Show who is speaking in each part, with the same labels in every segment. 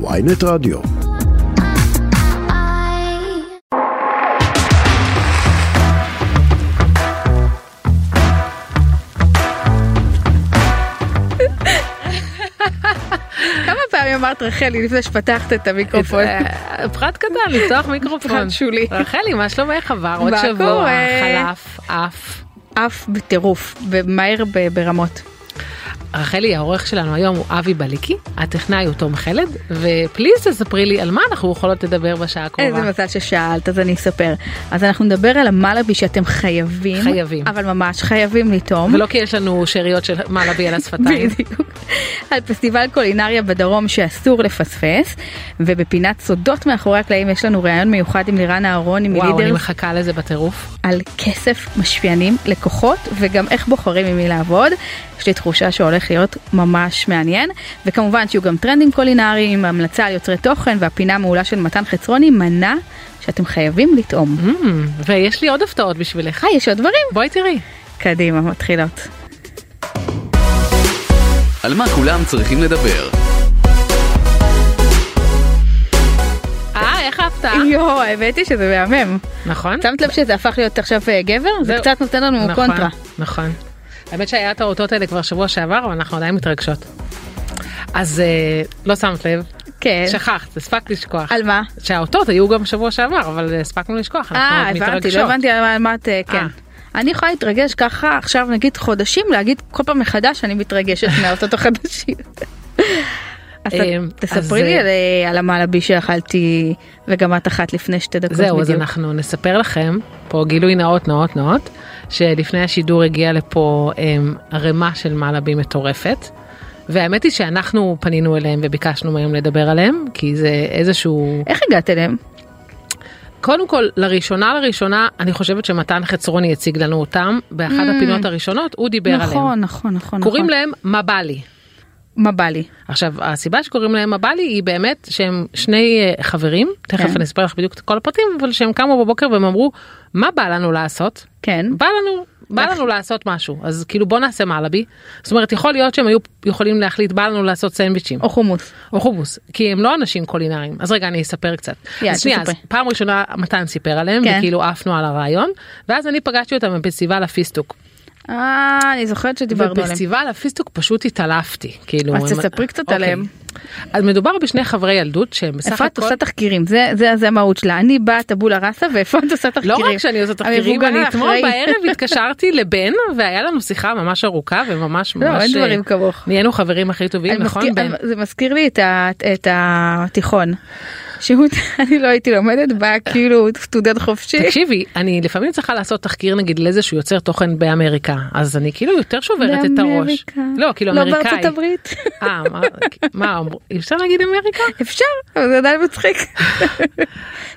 Speaker 1: ויינט רדיו.
Speaker 2: כמה פעמים אמרת רחלי לפני שפתחת את המיקרופון?
Speaker 3: אה, פרט קטן, לפתוח מיקרופון.
Speaker 2: פרט שולי.
Speaker 3: רחלי, מה שלומך? עבר עוד
Speaker 2: מה
Speaker 3: שבוע,
Speaker 2: קורה?
Speaker 3: חלף, עף.
Speaker 2: עף בטירוף, מהר ב- ברמות.
Speaker 3: רחלי, העורך שלנו היום הוא אבי בליקי, הטכנאי הוא תום חלד, ופליז תספרי לי על מה אנחנו יכולות לדבר בשעה הקרובה.
Speaker 2: איזה מזל ששאלת, אז אני אספר. אז אנחנו נדבר על המלאבי שאתם חייבים.
Speaker 3: חייבים.
Speaker 2: אבל ממש חייבים לטעום.
Speaker 3: ולא כי יש לנו שאריות של מעלבי על השפתיים.
Speaker 2: בדיוק. על פסטיבל קולינריה בדרום שאסור לפספס, ובפינת סודות מאחורי הקלעים יש לנו ראיון מיוחד עם לירן אהרוני
Speaker 3: וואו, אני
Speaker 2: מלידרס
Speaker 3: מחכה לזה בטירוף.
Speaker 2: על כסף, משפיענים, לקוחות וגם איך בוחרים עם מי לעבוד. יש לי תחושה שהולך להיות ממש מעניין. וכמובן שיהיו גם טרנדים קולינריים, המלצה על יוצרי תוכן והפינה המעולה של מתן חצרוני, מנה שאתם חייבים לטעום.
Speaker 3: Mm, ויש לי עוד הפתעות בשבילך.
Speaker 2: אה, יש עוד דברים?
Speaker 3: בואי תראי.
Speaker 2: קדימה, מתחילות.
Speaker 4: על מה כולם צריכים לדבר.
Speaker 3: אה, איך ההפתעה?
Speaker 2: יואו, האמת היא שזה מהמם.
Speaker 3: נכון?
Speaker 2: שמת לב שזה הפך להיות עכשיו אה, גבר? זה
Speaker 3: זהו.
Speaker 2: קצת נותן לנו
Speaker 3: נכון,
Speaker 2: קונטרה.
Speaker 3: נכון. האמת שהיה את האותות האלה כבר שבוע שעבר, אבל אנחנו עדיין מתרגשות. אז אה, לא שמת לב,
Speaker 2: כן.
Speaker 3: שכחת, הספקת לשכוח.
Speaker 2: על מה?
Speaker 3: שהאותות היו גם שבוע שעבר, אבל הספקנו לשכוח, אנחנו
Speaker 2: אה,
Speaker 3: עוד
Speaker 2: הבנתי,
Speaker 3: מתרגשות.
Speaker 2: לא הבנתי על מה- על מה את... אה, כן.
Speaker 3: אה.
Speaker 2: אני יכולה להתרגש ככה עכשיו נגיד חודשים להגיד כל פעם מחדש אני מתרגשת מהאותות החדשים. אז ת-
Speaker 3: אמ,
Speaker 2: תספרי
Speaker 3: אז,
Speaker 2: לי
Speaker 3: אה,
Speaker 2: על, אה, על המלאבי שאכלתי וגם את אחת לפני שתי דקות
Speaker 3: זהו, אז
Speaker 2: בדיוק.
Speaker 3: אנחנו נספר לכם, פה גילוי נאות נאות נאות, שלפני השידור הגיעה לפה אמ, ערימה של מעלבים מטורפת. והאמת היא שאנחנו פנינו אליהם וביקשנו מהם לדבר עליהם, כי זה איזשהו...
Speaker 2: איך הגעת אליהם?
Speaker 3: קודם כל, לראשונה לראשונה, אני חושבת שמתן חצרוני הציג לנו אותם, באחת
Speaker 2: Mm.
Speaker 3: הפינות הראשונות הוא דיבר עליהם.
Speaker 2: נכון, נכון, נכון.
Speaker 3: קוראים
Speaker 2: נכון.
Speaker 3: להם מה בא לי.
Speaker 2: מה בא לי?
Speaker 3: עכשיו, הסיבה שקוראים להם מה בא לי היא באמת שהם שני אה, חברים, תכף
Speaker 2: כן.
Speaker 3: אני אספר לך בדיוק את כל הפרטים, אבל שהם קמו בבוקר והם אמרו, מה בא לנו לעשות?
Speaker 2: כן.
Speaker 3: בא לנו, בא לנו לעשות משהו, אז כאילו בוא נעשה מעלבי. זאת אומרת, יכול להיות שהם היו יכולים להחליט, בא לנו לעשות סנדוויצ'ים.
Speaker 2: או חומוס.
Speaker 3: או חומוס, כי הם לא אנשים קולינריים. אז רגע, אני אספר קצת.
Speaker 2: יאללה,
Speaker 3: אז שנייה, אז
Speaker 2: תספרי.
Speaker 3: פעם ראשונה מתן סיפר עליהם,
Speaker 2: כן.
Speaker 3: וכאילו עפנו על הרעיון, ואז אני פגשתי אותם בפסטיבל הפיסטוק.
Speaker 2: אה, אני זוכרת שדיברנו עליהם.
Speaker 3: בפסטיבל הפיסטוק פשוט התעלפתי, כאילו.
Speaker 2: אז
Speaker 3: הם-
Speaker 2: תספרי קצת
Speaker 3: אוקיי.
Speaker 2: עליהם.
Speaker 3: אז מדובר בשני חברי ילדות שהם בסך
Speaker 2: אפרת
Speaker 3: הכל...
Speaker 2: עושה תחקירים, זה- זה זה המהות שלה. אני באה טבולה ראסה ואפרת עושה
Speaker 3: לא
Speaker 2: תחקירים.
Speaker 3: רק שאני עושה תחקירים,
Speaker 2: המבוגר
Speaker 3: אני אתמול
Speaker 2: האחראי.
Speaker 3: בערב התקשרתי לבן והיה לנו שיחה ממש ארוכה וממש
Speaker 2: לא,
Speaker 3: ממש
Speaker 2: אין
Speaker 3: אה,
Speaker 2: דברים כמוך.
Speaker 3: נהיינו חברים הכי טובים,
Speaker 2: אני
Speaker 3: נכון
Speaker 2: מזכיר-
Speaker 3: בן?
Speaker 2: זה מזכיר לי את ה- את התיכון. שהוא, אני לא הייתי לומדת, בא כאילו סטודנט חופשי.
Speaker 3: תקשיבי, אני לפעמים צריכה לעשות תחקיר נגיד לאיזשהו יוצר תוכן באמריקה, אז אני כאילו יותר שוברת את הראש.
Speaker 2: באמריקה.
Speaker 3: לא, כאילו
Speaker 2: לא
Speaker 3: אמריקאי.
Speaker 2: בארצות הברית.
Speaker 3: אה, מה- מה, אמרו- אפשר להגיד אמריקה?
Speaker 2: אפשר, אבל זה עדיין מצחיק.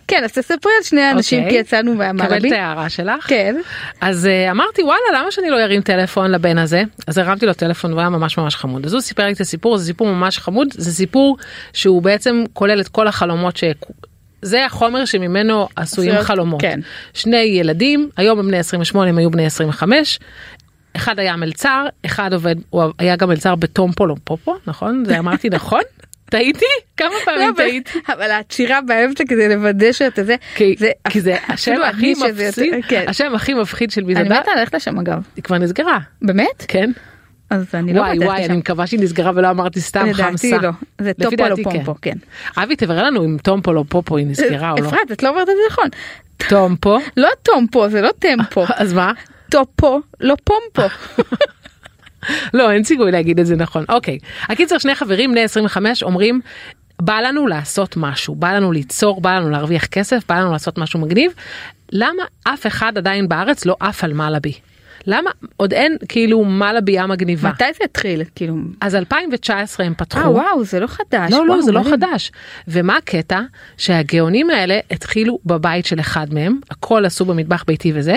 Speaker 2: כן, אז תספרי על שני האנשים, כי
Speaker 3: אוקיי.
Speaker 2: יצאנו
Speaker 3: קבל
Speaker 2: מהמלבי.
Speaker 3: את ההערה שלך.
Speaker 2: כן.
Speaker 3: אז אה, אמרתי וואלה למה שאני לא ארים טלפון לבן הזה אז הרמתי לו טלפון והוא היה ממש ממש חמוד אז הוא סיפר לי את הסיפור זה סיפור ממש חמוד זה סיפור שהוא בעצם כולל את כל החלומות ש... זה החומר שממנו עשויים
Speaker 2: עשויות-
Speaker 3: חלומות.
Speaker 2: כן.
Speaker 3: שני ילדים, היום הם בני 28, הם היו בני 25. אחד היה מלצר, אחד עובד, הוא היה גם מלצר בתום פולופופו, נכון? זה אמרתי נכון? טעיתי? כמה
Speaker 2: לא,
Speaker 3: פעמים
Speaker 2: אבל-
Speaker 3: טעיתי?
Speaker 2: אבל העצירה באמצע כדי לוודא שאתה זה,
Speaker 3: כי
Speaker 2: זה-
Speaker 3: כי זה השם
Speaker 2: אפילו
Speaker 3: הכי
Speaker 2: אני שזה יותר-
Speaker 3: מפחיד,
Speaker 2: כן.
Speaker 3: השם הכי מפחיד של
Speaker 2: אני
Speaker 3: מזוודה,
Speaker 2: מתה ללכת לשם אגב.
Speaker 3: היא כבר נסגרה.
Speaker 2: באמת?
Speaker 3: כן.
Speaker 2: אז אני לא
Speaker 3: וואי
Speaker 2: מתה
Speaker 3: וואי,
Speaker 2: ללכת
Speaker 3: אני
Speaker 2: לשם.
Speaker 3: מקווה שהיא נסגרה ולא אמרתי סתם חמסה.
Speaker 2: לדעתי לא. זה
Speaker 3: לפי
Speaker 2: טופו
Speaker 3: דעתי,
Speaker 2: לא פומפו, כן.
Speaker 3: אבי תברר לנו אם טומפו לא פופו היא נסגרה או לא.
Speaker 2: אפרת, את לא אומרת את זה נכון.
Speaker 3: טומפו?
Speaker 2: לא טומפו, זה לא טמפו.
Speaker 3: אז מה?
Speaker 2: טופו, לא פומפו.
Speaker 3: לא, אין סיכוי להגיד את זה נכון. אוקיי. הקיצר, שני חברים בני 25 אומרים, בא לנו לעשות משהו, בא לנו ליצור, בא לנו להרוויח כסף, בא לנו לעשות משהו מגניב. למה אף אחד עדיין בארץ לא עף על מלאבי? למה עוד אין כאילו מלאבי המגניבה?
Speaker 2: מתי זה התחיל? כאילו...
Speaker 3: אז 2019 הם פתחו.
Speaker 2: אה וואו, זה לא חדש.
Speaker 3: לא,
Speaker 2: וואו,
Speaker 3: לא, זה לא
Speaker 2: מדהים.
Speaker 3: חדש. ומה הקטע? שהגאונים האלה התחילו בבית של אחד מהם, הכל עשו במטבח ביתי וזה.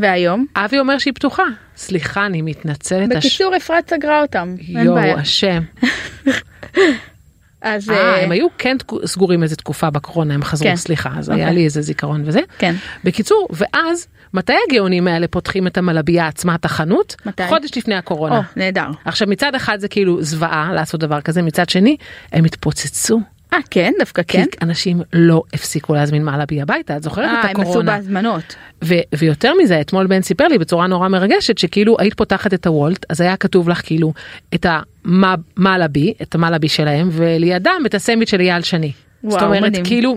Speaker 2: והיום?
Speaker 3: אבי אומר שהיא פתוחה. סליחה, אני מתנצלת.
Speaker 2: בקיצור, אפרת סגרה אותם.
Speaker 3: הש-
Speaker 2: אין בעיה.
Speaker 3: יואו, השם.
Speaker 2: אז...
Speaker 3: אה,
Speaker 2: אה,
Speaker 3: הם היו כן תקו- סגורים איזה תקופה בקורונה, הם חזרו,
Speaker 2: כן.
Speaker 3: סליחה, אז היה
Speaker 2: אוקיי.
Speaker 3: לי איזה זיכרון וזה.
Speaker 2: כן.
Speaker 3: בקיצור, ואז, מתי הגאונים האלה פותחים את המלבייה עצמה, את החנות?
Speaker 2: מתי?
Speaker 3: חודש לפני
Speaker 2: או,
Speaker 3: הקורונה.
Speaker 2: נהדר.
Speaker 3: עכשיו מצד אחד זה כאילו זוועה לעשות דבר כזה, מצד שני הם התפוצצו.
Speaker 2: אה, כן, דווקא כן.
Speaker 3: כי אנשים לא הפסיקו להזמין מעלבי הביתה, את זוכרת
Speaker 2: אה,
Speaker 3: את
Speaker 2: הם עשו
Speaker 3: הקורונה?
Speaker 2: בהזמנות.
Speaker 3: ו- ויותר מזה, אתמול בן סיפר לי בצורה נורא מרגשת, שכאילו היית פותחת את הוולט, אז היה כתוב לך כאילו את המעלבי, את המעלבי שלהם, ולידם את הסנדוויץ' של אייל שני.
Speaker 2: וואו,
Speaker 3: זאת אומרת,
Speaker 2: מדהים.
Speaker 3: כאילו,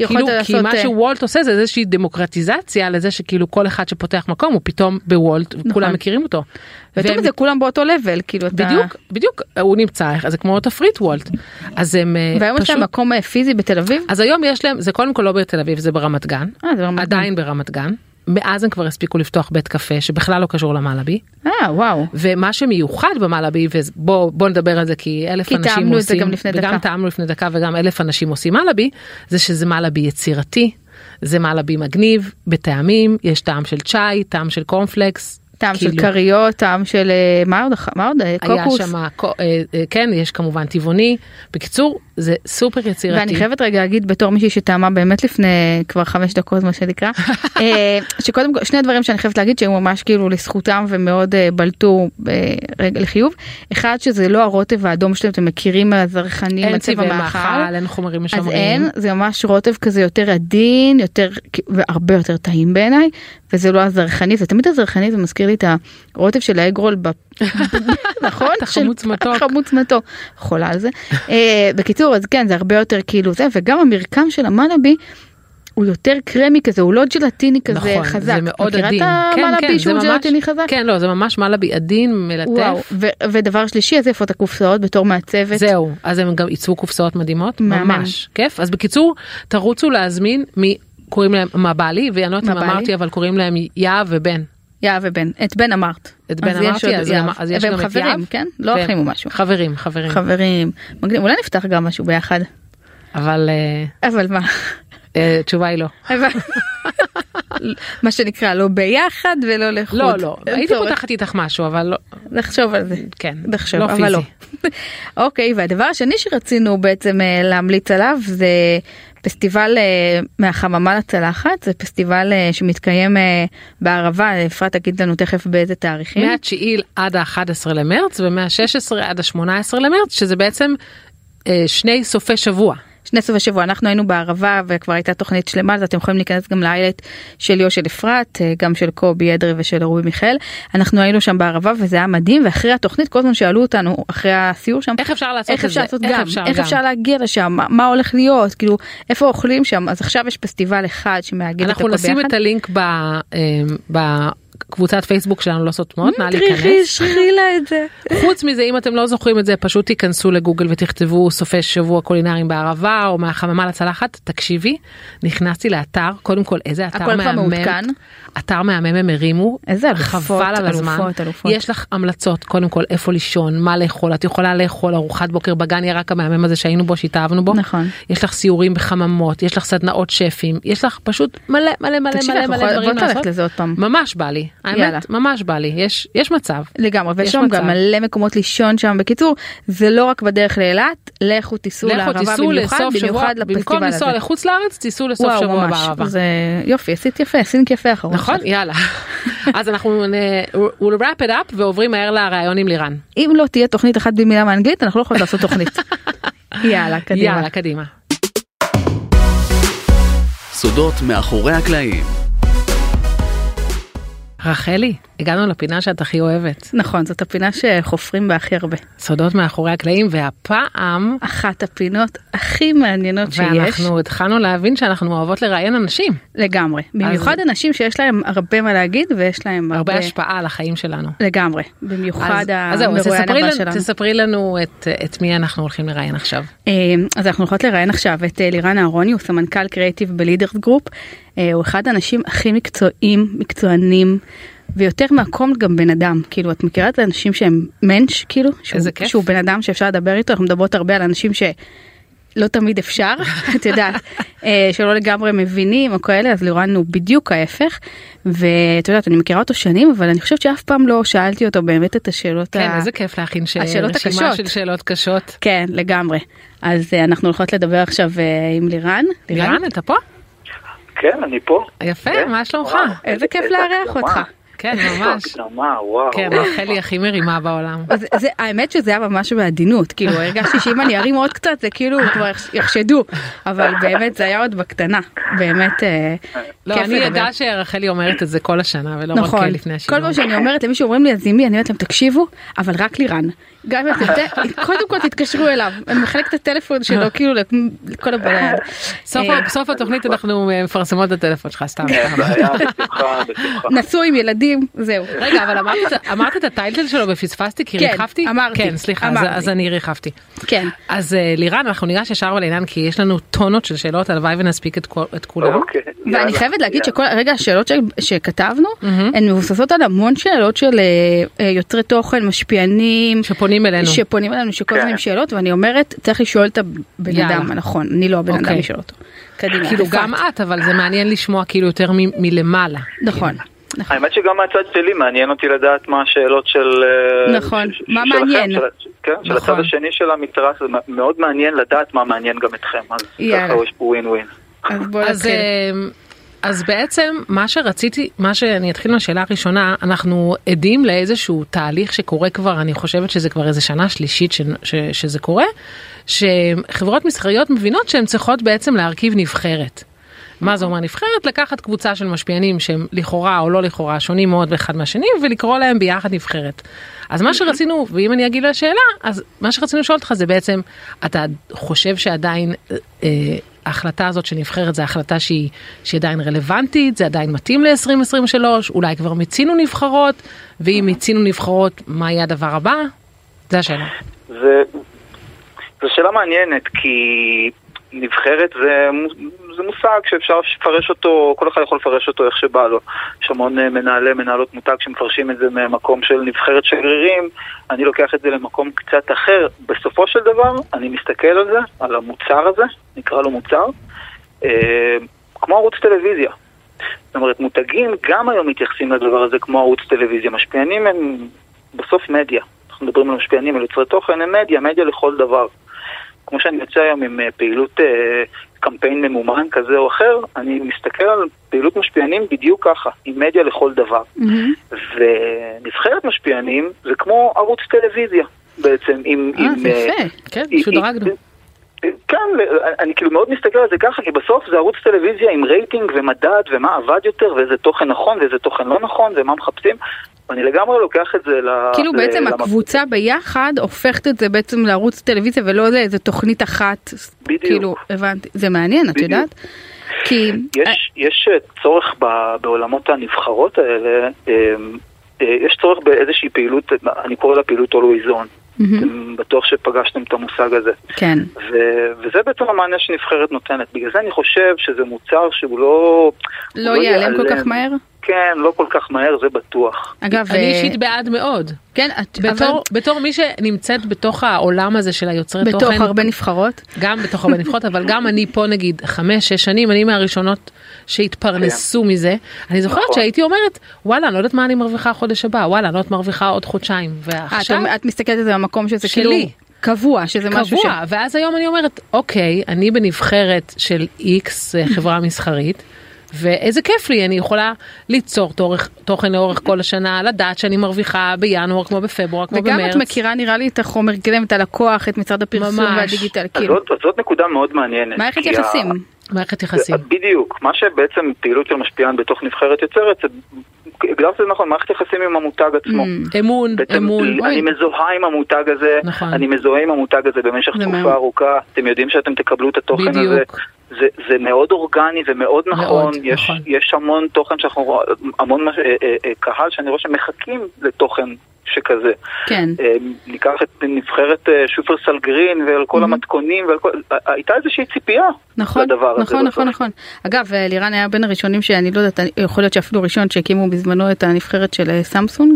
Speaker 2: יכולת
Speaker 3: כאילו, כי
Speaker 2: לעשות,
Speaker 3: מה
Speaker 2: אה,
Speaker 3: שוולט עושה זה איזושהי דמוקרטיזציה לזה שכאילו כל אחד שפותח מקום הוא פתאום בוולט, וכולם מכירים אותו.
Speaker 2: נכון. ויותר
Speaker 3: והם
Speaker 2: מזה, כולם באותו לבל, כאילו אתה...
Speaker 3: בדיוק, בדיוק, הוא נמצא, זה כמו תפריט וולט. אז הם אה,
Speaker 2: והיום יש
Speaker 3: פשוט...
Speaker 2: להם מקום אה, פיזי בתל אביב?
Speaker 3: אז היום יש להם, זה קודם כל לא בתל אביב, זה ברמת גן.
Speaker 2: אה, זה ברמת גן.
Speaker 3: עדיין ברמת גן. מאז הם כבר הספיקו לפתוח בית קפה שבכלל לא קשור למעלבי.
Speaker 2: אה, וואו.
Speaker 3: ומה שמיוחד במעלבי, ובוא נדבר על זה כי אלף
Speaker 2: כי
Speaker 3: אנשים עושים,
Speaker 2: טעמנו את זה גם לפני דקה.
Speaker 3: וגם טעמנו לפני דקה וגם אלף אנשים עושים מעלבי, זה שזה מעלבי יצירתי, זה מעלבי מגניב, בטעמים, יש טעם של צ'אי, טעם של קורנפלקס.
Speaker 2: טעם של
Speaker 3: כאילו,
Speaker 2: כריות, טעם של... אה, מה עוד? אח- מה עוד? אה,
Speaker 3: היה
Speaker 2: קוקוס.
Speaker 3: שם, כן, יש כמובן טבעוני. בקיצור, זה סופר יצירתי.
Speaker 2: ואני חייבת רגע להגיד בתור מישהי שטעמה באמת לפני כבר חמש דקות מה שנקרא אה, שקודם כל שני דברים שאני חייבת להגיד שהם ממש כאילו לזכותם ומאוד אה, בלטו אה, רגע לחיוב אחד שזה לא הרוטב האדום שאתם אתם מכירים מהזרחנים
Speaker 3: אין
Speaker 2: הצבע
Speaker 3: צבעי מאכל,
Speaker 2: מאכל.
Speaker 3: אין חומרים
Speaker 2: אז
Speaker 3: משמרים.
Speaker 2: אין זה ממש רוטב כזה יותר עדין יותר והרבה יותר טעים בעיניי וזה לא הזרחני זה תמיד הזרחני זה מזכיר לי את הרוטב של האגרול ב... נכון?
Speaker 3: את החמוץ
Speaker 2: של-
Speaker 3: מתוק.
Speaker 2: חמוץ מתוק. חולה על זה. אה, בקיצור אז כן זה הרבה יותר כאילו זה וגם המרקם של המלאבי הוא יותר קרמי כזה הוא לא ג'לטיני כזה
Speaker 3: נכון,
Speaker 2: חזק.
Speaker 3: זה מאוד עדין.
Speaker 2: מכירה את
Speaker 3: כן,
Speaker 2: המלאבי
Speaker 3: כן, זה
Speaker 2: שהוא
Speaker 3: ממש-
Speaker 2: ג'לטיני חזק?
Speaker 3: כן, לא, זה ממש מלאבי עדין,
Speaker 2: וואו,
Speaker 3: מלטף.
Speaker 2: ו- ודבר שלישי אז איפה את הקופסאות בתור מעצבת?
Speaker 3: זהו, אז הם גם עיצבו קופסאות מדהימות,
Speaker 2: מהמם.
Speaker 3: ממש כיף. אז בקיצור, תרוצו להזמין מ... קוראים להם מבלי, ואני לא יודעת
Speaker 2: מבלי?
Speaker 3: אם אמרתי, אבל קוראים להם יהב ובן.
Speaker 2: יהב ובן, את בן אמרת.
Speaker 3: את בן
Speaker 2: אז יש
Speaker 3: אמרתי,
Speaker 2: עוד
Speaker 3: אז
Speaker 2: יהב.
Speaker 3: גם- אז יש
Speaker 2: והם
Speaker 3: גם את
Speaker 2: חברים,
Speaker 3: יהב.
Speaker 2: כן? לא
Speaker 3: והם-
Speaker 2: אחים או משהו.
Speaker 3: חברים, חברים.
Speaker 2: חברים. מגניב, אולי נפתח גם משהו ביחד.
Speaker 3: אבל אה,
Speaker 2: אבל מה?
Speaker 3: אה, התשובה היא לא.
Speaker 2: אבל- מה שנקרא לא ביחד ולא לחוד.
Speaker 3: לא, לא,
Speaker 2: אין
Speaker 3: הייתי
Speaker 2: צורך.
Speaker 3: פותחת איתך משהו, אבל לא.
Speaker 2: נחשוב על זה.
Speaker 3: כן,
Speaker 2: נחשוב,
Speaker 3: לא
Speaker 2: אבל
Speaker 3: פיזי.
Speaker 2: לא. אוקיי, והדבר השני שרצינו בעצם אה, להמליץ עליו זה פסטיבל אה, מהחממה לצלחת, זה פסטיבל אה, שמתקיים אה, בערבה, אפרת תגיד לנו תכף באיזה תאריכים.
Speaker 3: מהתשיעי עד ה-11 למרץ ומה-16 עד ה-18 למרץ, שזה בעצם אה, שני סופי שבוע.
Speaker 2: שני סופי שבוע אנחנו היינו בערבה וכבר הייתה תוכנית שלמה אז אתם יכולים להיכנס גם לאיילת שלי או של אפרת אה, גם של קובי אדרי ושל רובי מיכאל אנחנו היינו שם בערבה וזה היה מדהים ואחרי התוכנית כל הזמן שאלו אותנו אחרי הסיור שם
Speaker 3: איך אפשר לעשות
Speaker 2: איך
Speaker 3: את זה?
Speaker 2: אפשר לעשות גם איך אפשר להגיע לשם מה- מה הולך להיות כאילו איפה אוכלים שם אז עכשיו יש פסטיבל אחד שמאגד את
Speaker 3: אנחנו
Speaker 2: הכל
Speaker 3: נשים את
Speaker 2: ביחד.
Speaker 3: הלינק ב... אה, בקבוצת פייסבוק שלנו לא סותמות, נא
Speaker 2: תראי,
Speaker 3: להיכנס.
Speaker 2: השחילה את זה.
Speaker 3: חוץ מזה, אם אתם לא זוכרים את זה, פשוט תיכנסו לגוגל ותכתבו סופי שבוע קולינריים בערבה או מהחממה לצלחת, תקשיבי, נכנסתי לאתר, קודם כל איזה אתר
Speaker 2: הכל כבר
Speaker 3: מהמם,
Speaker 2: מעודכן.
Speaker 3: אתר מהמם הם הרימו,
Speaker 2: איזה אלופות,
Speaker 3: חבל על הזמן,
Speaker 2: אלופות, אלופות.
Speaker 3: יש לך המלצות, קודם כל איפה לישון, מה לאכול, את יכולה לאכול ארוחת בוקר בגן ירק המהמם הזה שהיינו בו, שהתאהבנו בו,
Speaker 2: נכון.
Speaker 3: יש לך סיורים בחממות, יש לך סדנאות שפים, יש לך פשוט מלא מלא מלא
Speaker 2: תקשיבי,
Speaker 3: מלא
Speaker 2: אנחנו
Speaker 3: מלא דברים
Speaker 2: יכולות ללכת
Speaker 3: לעשות,
Speaker 2: לזה עוד פעם.
Speaker 3: ממש בא לי,
Speaker 2: יאללה.
Speaker 3: האמת, ממש בא לי, יש- יש מצב.
Speaker 2: לגמרי ויש
Speaker 3: יש
Speaker 2: שם גם
Speaker 3: מצב.
Speaker 2: מלא מקומות לישון שם בקיצור זה לא רק בדרך לאילת לכו תיסעו
Speaker 3: לכו
Speaker 2: לערבה
Speaker 3: תיסעו
Speaker 2: במיוחד
Speaker 3: לסוף שבוע,
Speaker 2: במיוחד לפסטיבל
Speaker 3: במקום
Speaker 2: הזה.
Speaker 3: לנסוע לחוץ לארץ תיסעו לסוף
Speaker 2: וואו,
Speaker 3: שבוע
Speaker 2: ממש.
Speaker 3: בערבה.
Speaker 2: זה יופי עשית יפה עשית יפה אחרון.
Speaker 3: נכון? יאללה. אז אנחנו נ... we'll wrap it up ועוברים מהר לראיון עם לירן.
Speaker 2: אם לא תהיה תוכנית אחת בלי מילה מאנגלית אנחנו לא יכולים לעשות תוכנית. יאללה קדימה.
Speaker 3: יאללה, קדימה.
Speaker 4: סודות מאחורי הקלעים.
Speaker 3: רחלי, הגענו לפינה שאת הכי אוהבת.
Speaker 2: נכון זאת הפינה שחופרים בה הכי הרבה.
Speaker 3: סודות מאחורי הקלעים, והפעם,
Speaker 2: אחת הפינות הכי מעניינות שיש
Speaker 3: ואנחנו התחלנו להבין שאנחנו אוהבות לראיין אנשים.
Speaker 2: לגמרי במיוחד אנשים שיש להם הרבה מה להגיד ויש להם
Speaker 3: הרבה
Speaker 2: הרבה
Speaker 3: השפעה על החיים שלנו.
Speaker 2: לגמרי
Speaker 3: אז
Speaker 2: במיוחד
Speaker 3: אז זהו, אז
Speaker 2: המרואיין
Speaker 3: תספרי
Speaker 2: הבא
Speaker 3: לנו-
Speaker 2: שלנו.
Speaker 3: תספרי לנו את- את מי אנחנו הולכים לראיין עכשיו.
Speaker 2: אה, אז אנחנו הולכות לראיין עכשיו את אה, לירן אהרוני, הוא סמנכ"ל קריאיטיב בלידרס גרופ. אה, הוא אחד האנשים הכי מקצועיים, מקצוענים, ויותר מהכל גם בן אדם. כאילו, את מכירה את האנשים שהם מענץ', כאילו? שהוא,
Speaker 3: איזה כיף.
Speaker 2: שהוא בן אדם שאפשר לדבר איתו, אנחנו מדברות הרבה על אנשים ש... לא תמיד אפשר, את יודעת, אה, שלא לגמרי מבינים או כאלה, אז לירן הוא בדיוק ההפך. ואת יודעת, אני מכירה אותו שנים, אבל אני חושבת שאף פעם לא שאלתי אותו באמת את השאלות
Speaker 3: כן,
Speaker 2: ה-
Speaker 3: איזה כיף להכין ש-
Speaker 2: אה, השאלות
Speaker 3: רשימה
Speaker 2: הקשות.
Speaker 3: של שאלות קשות.
Speaker 2: כן, לגמרי. אז אה, אנחנו הולכות לדבר עכשיו אה, עם לירן.
Speaker 3: לירן, אתה פה?
Speaker 1: כן, אני פה.
Speaker 3: יפה,
Speaker 1: כן.
Speaker 3: מה שלומך?
Speaker 2: אה,
Speaker 1: וואו,
Speaker 2: איזה כיף לארח
Speaker 1: הצלחה.
Speaker 2: אותך.
Speaker 3: כן, ממש.
Speaker 1: הקדמה, וואו.
Speaker 3: כן, רחלי הכי מרימה בעולם.
Speaker 2: אז זה, האמת שזה היה ממש בעדינות, כאילו הרגשתי שאם אני ארים עוד קצת זה כאילו כבר יחשדו, אבל באמת זה היה עוד בקטנה, באמת אה,
Speaker 3: לא,
Speaker 2: כיף
Speaker 3: אני
Speaker 2: לדבר. נכון.
Speaker 3: ידעה שרחלי אומרת את זה כל השנה, ולא רק אה, לפני
Speaker 2: כל
Speaker 3: השידור.
Speaker 2: פעם שאני אומרת למי שאומרים לי אז עם מי, אני אומרת להם תקשיבו, אבל רק לירן. גם אם אתם זה, קודם כל תתקשרו אליו, הם מחלק את הטלפון שלו כאילו לכל אה, הבעיה.
Speaker 3: סוף ה- בסוף התוכנית אנחנו אה, מפרסמות את הטלפון שלך, סתם.
Speaker 2: כן.
Speaker 3: סתם.
Speaker 1: היה בשמחה, בשמחה.
Speaker 2: נשוי עם ילדים, זהו.
Speaker 3: רגע, אבל אמרת את- אמרת את הטייטל שלו ופספסתי כי
Speaker 2: כן,
Speaker 3: ריחפתי?
Speaker 2: אמרתי,
Speaker 3: כן, סליחה, אז-
Speaker 2: אמרתי.
Speaker 3: אז אני ריחפתי.
Speaker 2: כן.
Speaker 3: אז אה, לירן, אנחנו ניגש ישר לעניין כי יש לנו טונות של שאלות, הלוואי ונספיק את כל- את כולם.
Speaker 1: אוקיי,
Speaker 2: ואני
Speaker 1: יאללה,
Speaker 2: חייבת להגיד
Speaker 1: יאללה.
Speaker 2: שכל רגע השאלות ש- שכתבנו הן מבוססות על המון שאלות של אה, אה, יוצרי תוכן משפיענים
Speaker 3: שפונים אלינו.
Speaker 2: שפונים אלינו שכל הזמן
Speaker 1: כן.
Speaker 2: עם שאלות ואני אומרת צריך לשאול את הבן
Speaker 3: יאללה.
Speaker 2: אדם הנכון אני לא הבן אדם
Speaker 3: אוקיי.
Speaker 2: לשאול אותו. קדימה.
Speaker 3: כאילו
Speaker 2: יפעת.
Speaker 3: גם את, אבל זה מעניין לשמוע כאילו יותר מ- מלמעלה.
Speaker 2: נכון. נכון.
Speaker 1: האמת שגם מהצד שלי מעניין אותי לדעת מה השאלות של... אה,
Speaker 2: נכון,
Speaker 1: ש- ש-
Speaker 2: מה
Speaker 1: שלכם,
Speaker 2: מעניין?
Speaker 1: של ה- כן, של
Speaker 3: נכון.
Speaker 1: הצד השני של המתרס, זה מ- מאוד מעניין לדעת מה מעניין גם אתכם, אז
Speaker 2: יאללה.
Speaker 1: ככה יש פה ווין ווין.
Speaker 2: אז בוא
Speaker 3: אז,
Speaker 2: נתחיל.
Speaker 3: אמ, אז בעצם מה שרציתי, מה שאני אתחיל מהשאלה הראשונה, אנחנו עדים לאיזשהו תהליך שקורה כבר, אני חושבת שזה כבר איזה שנה שלישית ש, ש, שזה קורה, שחברות מסחריות מבינות שהן צריכות בעצם להרכיב נבחרת. מה זה אומר נבחרת? לקחת קבוצה של משפיענים שהם לכאורה או לא לכאורה שונים מאוד אחד מהשני ולקרוא להם ביחד נבחרת. אז מה שרצינו, ואם אני אגיד לשאלה, אז מה שרצינו לשאול אותך זה בעצם, אתה חושב שעדיין אה, אה, ההחלטה הזאת של נבחרת זו החלטה שהיא, שהיא עדיין רלוונטית, זה עדיין מתאים ל-2023, אולי כבר מיצינו נבחרות, ואם מיצינו נבחרות, מה יהיה הדבר הבא? זה השאלה.
Speaker 1: זה, זו שאלה מעניינת, כי נבחרת זה, מו- זה מושג שאפשר לפרש אותו, כל אחד יכול לפרש אותו איך שבא לו. יש המון אה, מנהלי, מנהלות מותג שמפרשים את זה ממקום של נבחרת שגרירים, אני לוקח את זה למקום קצת אחר. בסופו של דבר, אני מסתכל על זה, על המוצר הזה, נקרא לו מוצר, אה, כמו ערוץ טלוויזיה. זאת אומרת, מותגים גם היום מתייחסים לדבר הזה כמו ערוץ טלוויזיה. משפיענים הם בסוף מדיה. אנחנו מדברים על משפיענים, על יוצרי תוכן, הם מדיה, מדיה לכל דבר. כמו שאני יוצא היום עם אה, פעילות אה, קמפיין ממומן כזה או אחר, אני מסתכל על פעילות משפיענים בדיוק ככה, היא מדיה לכל דבר.
Speaker 2: מהמם.
Speaker 1: ונבחרת משפיענים זה כמו ערוץ טלוויזיה בעצם, עם...
Speaker 2: אה,
Speaker 1: עם,
Speaker 2: זה
Speaker 1: אה,
Speaker 2: יפה.
Speaker 3: כן,
Speaker 1: היא-
Speaker 3: שודרגנו.
Speaker 1: היא- אה, כן, אני כאילו מאוד מסתכל על זה ככה, כי בסוף זה ערוץ טלוויזיה עם רייטינג ומדד ומה עבד יותר ואיזה תוכן נכון ואיזה תוכן לא נכון ומה מחפשים. אני לגמרי לוקח את זה ל...
Speaker 2: כאילו
Speaker 1: ל-
Speaker 2: בעצם
Speaker 1: למקום.
Speaker 2: הקבוצה ביחד הופכת את זה בעצם לערוץ טלוויזיה ולא זה איזה תוכנית אחת.
Speaker 1: בדיוק.
Speaker 2: כאילו, הבנתי. זה מעניין, את
Speaker 1: בדיוק.
Speaker 2: יודעת? כי...
Speaker 1: יש, יש אה, צורך ב, בעולמות הנבחרות האלה, אה, אה, יש צורך באיזושהי פעילות, אני קורא לה פעילות always on.
Speaker 2: מהמם.
Speaker 1: אתם בטוח שפגשתם את המושג הזה.
Speaker 2: כן.
Speaker 1: ו- וזה בעצם המענה שנבחרת נותנת. בגלל זה אני חושב שזה מוצר שהוא לא...
Speaker 2: לא
Speaker 1: הוא
Speaker 2: ייעלם כל כך מהר?
Speaker 1: כן, לא כל כך מהר, זה בטוח.
Speaker 2: אגב,
Speaker 3: אני
Speaker 2: אה,
Speaker 3: אישית בעד מאוד.
Speaker 2: כן, את...
Speaker 3: בתור, בתור מי שנמצאת בתוך העולם הזה של היוצרי
Speaker 2: אבל
Speaker 3: תוכן,
Speaker 2: בתוך הרבה נבחרות.
Speaker 3: גם בתוך הרבה נבחרות, אבל גם אני פה נגיד חמש, שש שנים, אני מהראשונות
Speaker 2: כן.
Speaker 3: שהתפרנסו מזה. אני זוכרת
Speaker 1: נכון.
Speaker 3: שהייתי אומרת, וואלה, אני לא יודעת מה אני מרוויחה החודש הבא, וואלה, אני לא יודעת מה מרוויחה עוד חודשיים.
Speaker 2: אה,
Speaker 3: ועכשיו,
Speaker 2: את- את מסתכלת על זה במקום שזה
Speaker 3: שלי.
Speaker 2: כאילו... קבוע, שזה משהו ש...
Speaker 3: קבוע, ואז היום אני אומרת, אוקיי, אני בנבחרת של איקס אה, חברה מסחרית. ואיזה כיף לי, אני יכולה ליצור תורך, תוכן לאורך כל השנה, לדעת שאני מרוויחה בינואר כמו בפברואר כמו
Speaker 2: וגם
Speaker 3: במרץ.
Speaker 2: את מכירה נראה לי את החומר קדם, את הלקוח, את מצעד הפרסום
Speaker 3: ממש.
Speaker 2: והדיגיטל,
Speaker 1: אז
Speaker 2: כאילו.
Speaker 1: זאת, אז זאת נקודה מאוד מעניינת.
Speaker 2: מערכת
Speaker 1: לא כי ה-
Speaker 2: יחסים.
Speaker 3: מערכת יחסים.
Speaker 1: בדיוק, מה שבעצם פעילות של משפיען בתוך נבחרת יוצרת, זה- הגדרת את זה נכון, מערכת יחסים עם המותג עצמו.
Speaker 2: Mm.
Speaker 3: אמון,
Speaker 1: בעצם
Speaker 3: אמון.
Speaker 1: אני מזוהה עם המותג הזה,
Speaker 3: נכון.
Speaker 1: אני מזוהה עם המותג הזה במשך
Speaker 2: זה
Speaker 1: תקופה
Speaker 2: מאוד.
Speaker 1: ארוכה, אתם יודעים שאתם תקבלו את התוכן
Speaker 3: בדיוק.
Speaker 1: הזה. זה, זה מאוד אורגני ומאוד נכון, יש,
Speaker 3: נכון.
Speaker 1: יש המון תוכן שאנחנו, רואים, המון אה, אה, אה, קהל שאני רואה שמחכים לתוכן שכזה.
Speaker 2: כן.
Speaker 1: אה, ניקח את נבחרת אה, שופרסל גרין ועל כל
Speaker 2: Mhm.
Speaker 1: המתכונים ועל כל... אה, הייתה איזושהי ציפייה.
Speaker 2: נכון,
Speaker 1: לדבר הזה לא
Speaker 2: נכון,
Speaker 1: בסוף.
Speaker 2: נכון, נכון. אגב, אה, לירן היה בין הראשונים שאני לא יודעת, אני- יכול להיות שאפילו ראשון שהקימו בזמנו את הנבחרת של אה, סמסונג,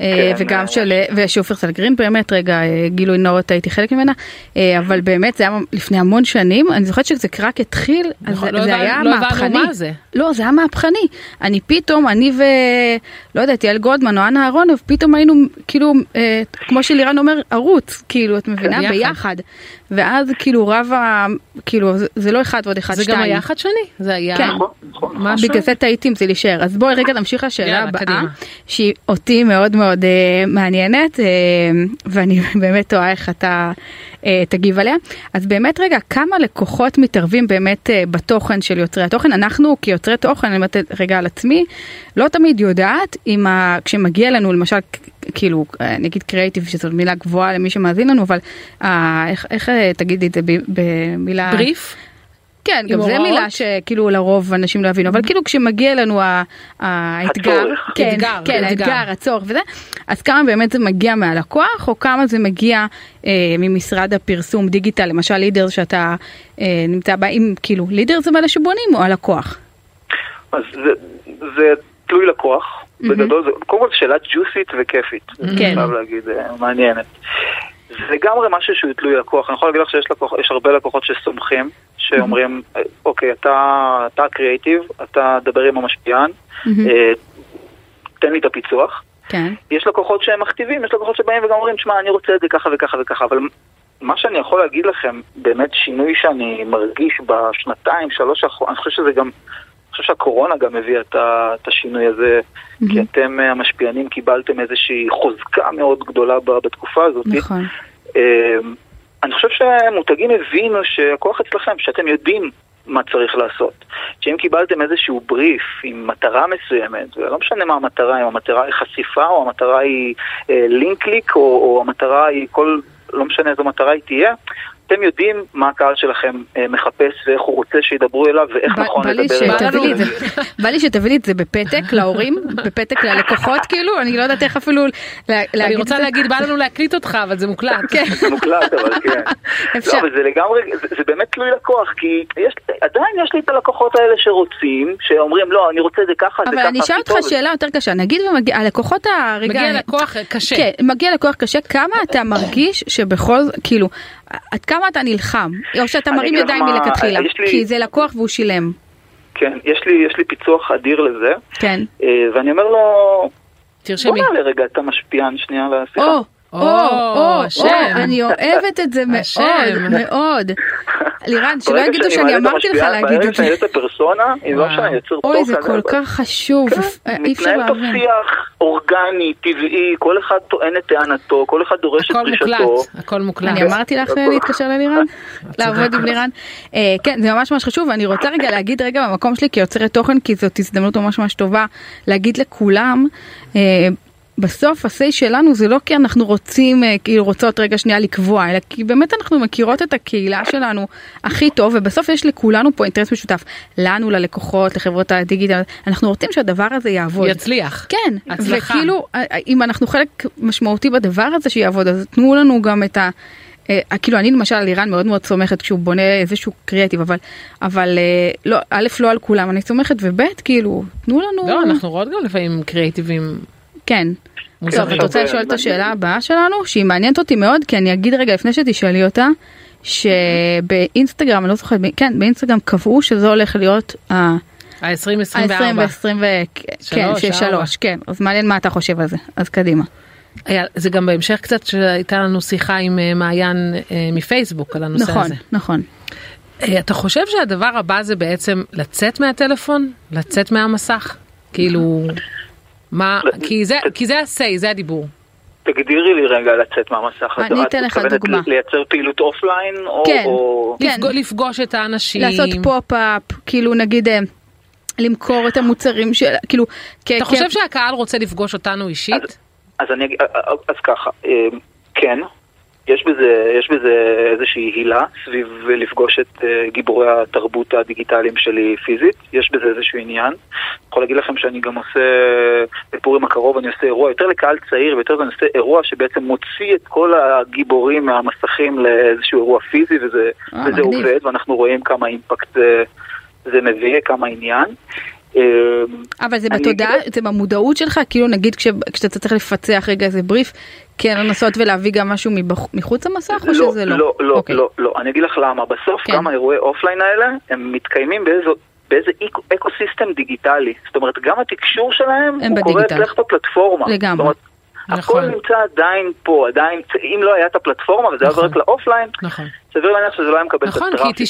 Speaker 2: אה,
Speaker 1: כן,
Speaker 2: וגם של, אה, ושופרסל גרין באמת, רגע, אה, גילוי נאות הייתי חלק ממנה, אה, אבל באמת זה היה לפני המון שנים, אני זוכרת שזה רק התחיל, אז
Speaker 3: נכון,
Speaker 2: זה
Speaker 3: לא
Speaker 2: זה
Speaker 3: הבנו-
Speaker 2: היה
Speaker 3: לא הבנו
Speaker 2: מהפכני.
Speaker 3: מה זה.
Speaker 2: לא, זה היה מהפכני. אני פתאום, אני ו... לא יודעת, יעל גולדמן או אנה אהרונוב, פתאום היינו כאילו, אה, כמו שלירן אומר, ערוץ, כאילו, את מבינה?
Speaker 3: ביחד.
Speaker 2: ביחד. ואז כאילו רב ה... כאילו, זה- זה לא אחד ועוד אחד,
Speaker 3: זה
Speaker 2: שתיים.
Speaker 3: גם היה חד שני, זה היה
Speaker 2: כן.
Speaker 1: נכון, נכון. נכון.
Speaker 3: משהו.
Speaker 2: בגלל זה טעיתי אם זה להישאר. אז בואי רגע נמשיך לשאלה
Speaker 3: יאללה,
Speaker 2: הבאה,
Speaker 3: קדימה.
Speaker 2: שהיא אותי מאוד מאוד אה, מעניינת, אה, ואני באמת תוהה איך אתה אה, תגיב עליה. אז באמת רגע, כמה לקוחות מתערבים באמת אה, בתוכן של יוצרי התוכן? אנחנו כיוצרי תוכן, אני אומרת רגע על עצמי, לא תמיד יודעת אם ה... כשמגיע לנו למשל... כ- כאילו אה, נגיד קרייטיב שזו מילה גבוהה למי שמאזין לנו אבל אה, איך, איך אה, תגידי את זה ב- במילה
Speaker 3: אה, בריף.
Speaker 2: כן,
Speaker 3: עם
Speaker 2: גם זו
Speaker 3: הוראות?
Speaker 2: מילה שכאילו לרוב אנשים לא יבינו, אבל כאילו כשמגיע לנו ה- האתגר,
Speaker 1: הצורך.
Speaker 2: כן,
Speaker 3: אתגר,
Speaker 2: כן,
Speaker 3: אתגר.
Speaker 2: האתגר, הצורך וזה, אז כמה באמת זה מגיע מהלקוח, או כמה זה מגיע אה, ממשרד הפרסום דיגיטל, למשל לידר שאתה אה, נמצא בה, אם כאילו לידר זה מאלה שבונים או הלקוח?
Speaker 1: אז זה, זה תלוי לקוח, בגדול, זה, קודם כל זו שאלה ג'וסית וכיפית,
Speaker 2: כן.
Speaker 1: אני חייב להגיד, אה, מעניינת. זה לגמרי משהו שהוא תלוי לקוח, אני יכול להגיד לך שיש לקוח, יש הרבה לקוחות שסומכים, שאומרים, אה, אוקיי, אתה, אתה הקריאיטיב, אתה דבר עם המשפיען, אה, תן לי את הפיצוח.
Speaker 2: כן,
Speaker 1: יש לקוחות שהם מכתיבים, יש לקוחות שבאים וגם אומרים, שמע, אני רוצה את זה ככה וככה וככה, אבל מה שאני יכול להגיד לכם, באמת שינוי שאני מרגיש בשנתיים, שלוש האחרונות, אני חושב שזה גם, אני חושב שהקורונה גם הביאה את, ה- את השינוי הזה, כי אתם אה, המשפיענים קיבלתם איזושהי חוזקה מאוד גדולה ב- בתקופה הזאת.
Speaker 2: נכון.
Speaker 1: אמ, אני חושב שהמותגים הבינו שהכוח אצלכם, שאתם יודעים מה צריך לעשות. שאם קיבלתם איזשהו בריף עם מטרה מסוימת, ולא משנה מה המטרה, אם המטרה היא חשיפה, או המטרה היא אה, לינקליק, או, או המטרה היא כל, לא משנה איזו מטרה היא תהיה, אתם יודעים מה הקהל שלכם אה, מחפש ואיך הוא רוצה שידברו אליו, ואיך
Speaker 2: בא-
Speaker 1: נכון
Speaker 2: בא לי
Speaker 1: לדבר אליו.
Speaker 2: שתביא לי את זה, בא לי שתביא לי את זה בפתק להורים, בפתק ללקוחות כאילו, אני לא יודעת איך אפילו לה- להגיד את זה.
Speaker 3: אני רוצה להגיד בא לנו להקליט אותך אבל זה מוקלט.
Speaker 2: כן.
Speaker 1: זה מוקלט, אבל כן.
Speaker 2: אפשר.
Speaker 1: לא, אבל זה לגמרי, זה, זה באמת תלוי לקוח, כי יש, עדיין יש לי את הלקוחות האלה שרוצים, שאומרים, לא, אני רוצה את זה ככה, זה ככה.
Speaker 2: אבל אני אשאל
Speaker 1: הכי
Speaker 2: אותך
Speaker 1: טוב."
Speaker 2: שאלה יותר קשה, נגיד ומגיע, הלקוחות הרגע,
Speaker 3: מגיע לקוח קשה.
Speaker 2: כן, מגיע לקוח קשה, כמה אתה מרגיש שבכל, זאת- כאילו, עד כמה אתה נלחם, או שאתה
Speaker 1: אני
Speaker 2: מרים
Speaker 1: אגיד לך
Speaker 2: ידיים
Speaker 1: מה,
Speaker 2: מלכתחילה,
Speaker 1: יש לי-
Speaker 2: כי זה לקוח והוא שילם,
Speaker 1: כן, יש לי, יש לי פיצוח אדיר לזה,
Speaker 2: כן.
Speaker 1: אה, ואני אומר לו, בוא
Speaker 3: תרשמי.
Speaker 1: נעלה רגע את המשפיען שנייה לשיחה.
Speaker 2: או, או, או,
Speaker 3: השם.
Speaker 2: או, אני אוהבת את זה
Speaker 3: השם.
Speaker 2: מאוד, מאוד. לירן, שלא
Speaker 1: ברגע
Speaker 2: יגידו
Speaker 1: שאני
Speaker 2: שאני
Speaker 1: מעלה את
Speaker 2: אמרתי לך
Speaker 1: המשפיען,
Speaker 2: להגיד
Speaker 1: ברגע
Speaker 2: את זה.
Speaker 1: שאני יוצא פרסונה, אם לא
Speaker 3: וואו.
Speaker 1: שאני יוצר תוכן.
Speaker 2: אוי, זה כל
Speaker 1: אבל-
Speaker 2: כך חשוב,
Speaker 1: כן,
Speaker 2: אי אפשר
Speaker 1: מתנהל פה
Speaker 2: להבין.
Speaker 1: שיח אורגני, טבעי, כל אחד טוען את טענתו, כל אחד דורש את
Speaker 3: הכל
Speaker 1: דרישתו.
Speaker 3: מוקלט. הכל מוקלט.
Speaker 2: אני אמרתי לך אה,
Speaker 1: הכל.
Speaker 2: להתקשר ללירן? לעבוד עם לירן? אה, כן, זה ממש ממש חשוב, ואני רוצה רגע להגיד רגע במקום שלי כיוצרת תוכן, כי זאת הזדמנות ממש ממש טובה להגיד לכולם, אה, בסוף ה-say שלנו זה לא כי אנחנו רוצים, אה, כאילו רוצות רגע שנייה לקבוע, אלא כי באמת אנחנו מכירות את הקהילה שלנו הכי טוב, ובסוף יש לכולנו פה אינטרס משותף, לנו, ללקוחות, לחברות הדיגיטל, אנחנו רוצים שהדבר הזה יעבוד.
Speaker 3: יצליח.
Speaker 2: כן,
Speaker 3: הצלחה.
Speaker 2: וכאילו אה, אה, אם אנחנו חלק משמעותי בדבר הזה שיעבוד אז תנו לנו גם את ה... אה, כאילו אני למשל על איראן מאוד מאוד סומכת כשהוא בונה איזשהו קריאטיב אבל אבל אה, לא א' לא על כולם אני סומכת וב' כאילו תנו לנו
Speaker 3: לא אנחנו רואות גם לפעמים קריאיטיבים
Speaker 2: כן.
Speaker 3: מוזרים.
Speaker 2: טוב את רוצה
Speaker 1: הרבה,
Speaker 2: לשאול את
Speaker 1: מעניין.
Speaker 2: השאלה הבאה שלנו שהיא מעניינת אותי מאוד כי אני אגיד רגע לפני שתשאלי אותה שבאינסטגרם אני לא זוכרת ב- כן באינסטגרם קבעו שזה הולך להיות. ה- ה-20
Speaker 3: ה-2024.
Speaker 2: ו-20 ו... כן,
Speaker 3: שלוש,
Speaker 2: שיש
Speaker 3: ארבע.
Speaker 2: שלוש, כן. אז מעניין מה אתה חושב על זה. אז קדימה.
Speaker 3: זה גם בהמשך קצת שהייתה לנו שיחה עם אה, מעיין אה, מפייסבוק על הנושא
Speaker 2: נכון,
Speaker 3: הזה.
Speaker 2: נכון.
Speaker 3: אה, אתה חושב שהדבר הבא זה בעצם לצאת מהטלפון? לצאת מהמסך? כאילו... מה? כי זה- כי זה ה-say, זה הדיבור.
Speaker 1: תגדירי לי רגע לצאת מהמסך.
Speaker 2: אני
Speaker 1: את
Speaker 2: אתן לך
Speaker 1: מתכוונת
Speaker 2: דוגמה.
Speaker 1: ל- לייצר פעילות אופליין? או-
Speaker 2: כן.
Speaker 1: או...
Speaker 2: כן.
Speaker 3: לפגו- לפגוש את האנשים.
Speaker 2: לעשות פופ-אפ, כאילו נגיד אה, למכור את המוצרים של, כאילו, כ-
Speaker 3: אתה
Speaker 2: כ-
Speaker 3: חושב שהקהל רוצה לפגוש אותנו אישית?
Speaker 1: אז אני אגיד, אז ככה, אה, כן, יש בזה, יש בזה איזושהי הילה סביב לפגוש את אה, גיבורי התרבות הדיגיטליים שלי פיזית, יש בזה איזשהו עניין. אני יכול להגיד לכם שאני גם עושה, בפורים הקרוב אני עושה אירוע יותר לקהל צעיר ויותר אני עושה אירוע שבעצם מוציא את כל הגיבורים מהמסכים לאיזשהו אירוע פיזי וזה,
Speaker 2: אה,
Speaker 1: וזה
Speaker 2: מגניב.
Speaker 1: אה, עובד ואנחנו רואים כמה אימפקט זה, זה מביא, כמה עניין. אה,
Speaker 2: אבל זה
Speaker 1: אני
Speaker 2: בתודעה,
Speaker 1: אגיד-
Speaker 2: זה במודעות שלך, כאילו נגיד כש- כשאתה צריך לפצח רגע איזה בריף, כן לנסות ולהביא גם משהו מבח- מחוץ למסך או שזה לא?
Speaker 1: לא, לא,
Speaker 2: אוקיי.
Speaker 1: לא, לא. אני אגיד לך למה. בסוף
Speaker 2: כן.
Speaker 1: גם האירועי אופליין האלה, הם מתקיימים באיזו... באיזה איקו- אקו-סיסטם דיגיטלי. זאת אומרת, גם התקשור שלהם,
Speaker 2: הם
Speaker 1: הוא קורה
Speaker 2: בדיגיטל.
Speaker 1: אצלך בפלטפורמה.
Speaker 2: לגמרי.
Speaker 1: זאת אומרת,
Speaker 3: נכון.
Speaker 1: הכל נמצא עדיין פה, עדיין, אם לא היה את הפלטפורמה וזה היה עובר
Speaker 3: נכון.
Speaker 1: רק לאופליין,
Speaker 3: נכון.
Speaker 1: סביר להניח שזה לא היה מקבל
Speaker 3: נכון,
Speaker 1: את הטראפיק.
Speaker 3: כי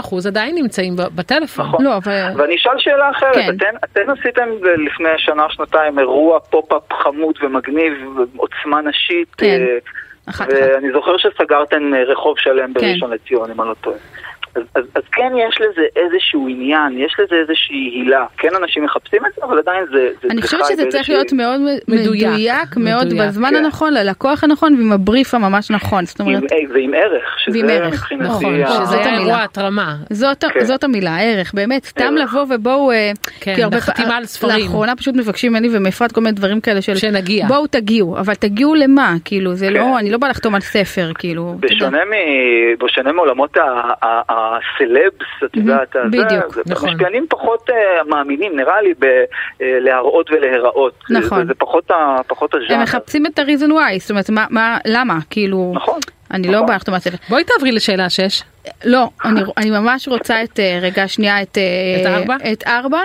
Speaker 3: 95% עדיין נמצאים ב- בטלפון.
Speaker 1: נכון.
Speaker 2: לא, אבל...
Speaker 1: ואני אשאל שאלה אחרת,
Speaker 2: כן.
Speaker 1: כן. אתן, אתן עשיתם אה, לפני שנה או שנתיים אירוע פופ-אפ חמוד ומגניב, עוצמה נשית,
Speaker 2: כן.
Speaker 1: אה,
Speaker 2: אחת אחת.
Speaker 1: ואני זוכר שסגרתם אה, רחוב שלם
Speaker 2: כן.
Speaker 1: בראשון לציון, אם אני לא טועה. אז, אז, אז כן יש לזה איזשהו עניין, יש לזה איזושהי הילה. כן אנשים מחפשים את זה, אבל עדיין זה... זה
Speaker 2: אני
Speaker 1: זה
Speaker 2: חושבת
Speaker 1: חי
Speaker 2: שזה צריך
Speaker 1: באיזושהי-
Speaker 2: להיות מאוד
Speaker 3: מדויק,
Speaker 2: מדויק, מאוד
Speaker 3: מדויק,
Speaker 2: בזמן
Speaker 1: כן.
Speaker 2: הנכון, ללקוח הנכון ועם הבריף הממש נכון. זאת
Speaker 1: עם,
Speaker 2: אומרת,
Speaker 1: אה, ועם ערך, שזה
Speaker 2: ועם ערך,
Speaker 1: מבחינתי
Speaker 3: נכון,
Speaker 1: ה-
Speaker 3: שזה
Speaker 2: זאת
Speaker 3: היה
Speaker 2: המילה.
Speaker 3: אירוע התרמה.
Speaker 2: זאת,
Speaker 1: כן.
Speaker 2: זאת המילה, ערך, באמת, סתם
Speaker 1: ערך.
Speaker 2: לבוא ובואו, אה,
Speaker 3: כן,
Speaker 2: כי הרבה
Speaker 3: בחתימה
Speaker 2: פע-
Speaker 3: על ספרים.
Speaker 2: לאחרונה פשוט מבקשים ממני ומאפרת כל מיני דברים כאלה של,
Speaker 3: שנגיע.
Speaker 2: בואו תגיעו, אבל תגיעו למה, כאילו, זה
Speaker 1: כן.
Speaker 2: לא, אני לא באה לחתום על ספר, כאילו, אתה יודע.
Speaker 1: בשונה, מ... בשונה מעולמות ה- ה- הסלבס, את
Speaker 2: מהמם,
Speaker 1: יודעת, ה- זה-
Speaker 2: בדיוק,
Speaker 1: זה-
Speaker 3: נכון.
Speaker 1: משפיענים פחות אה, מאמינים, נראה לי, בלהראות ולהיראות.
Speaker 2: נכון.
Speaker 1: זה, זה פחות, ה... פחות הז'אנר.
Speaker 2: הם מחפשים את ה-reason why, זאת אומרת, מה, מה, למה, כאילו,
Speaker 1: נכון.
Speaker 2: אני
Speaker 1: נכון.
Speaker 2: לא באה לחתום על ספר.
Speaker 3: בואי תעברי לשאלה 6.
Speaker 2: לא, אני, אני ממש רוצה את אה, רגע שנייה את, אה,
Speaker 3: את ארבע?
Speaker 2: את ארבע,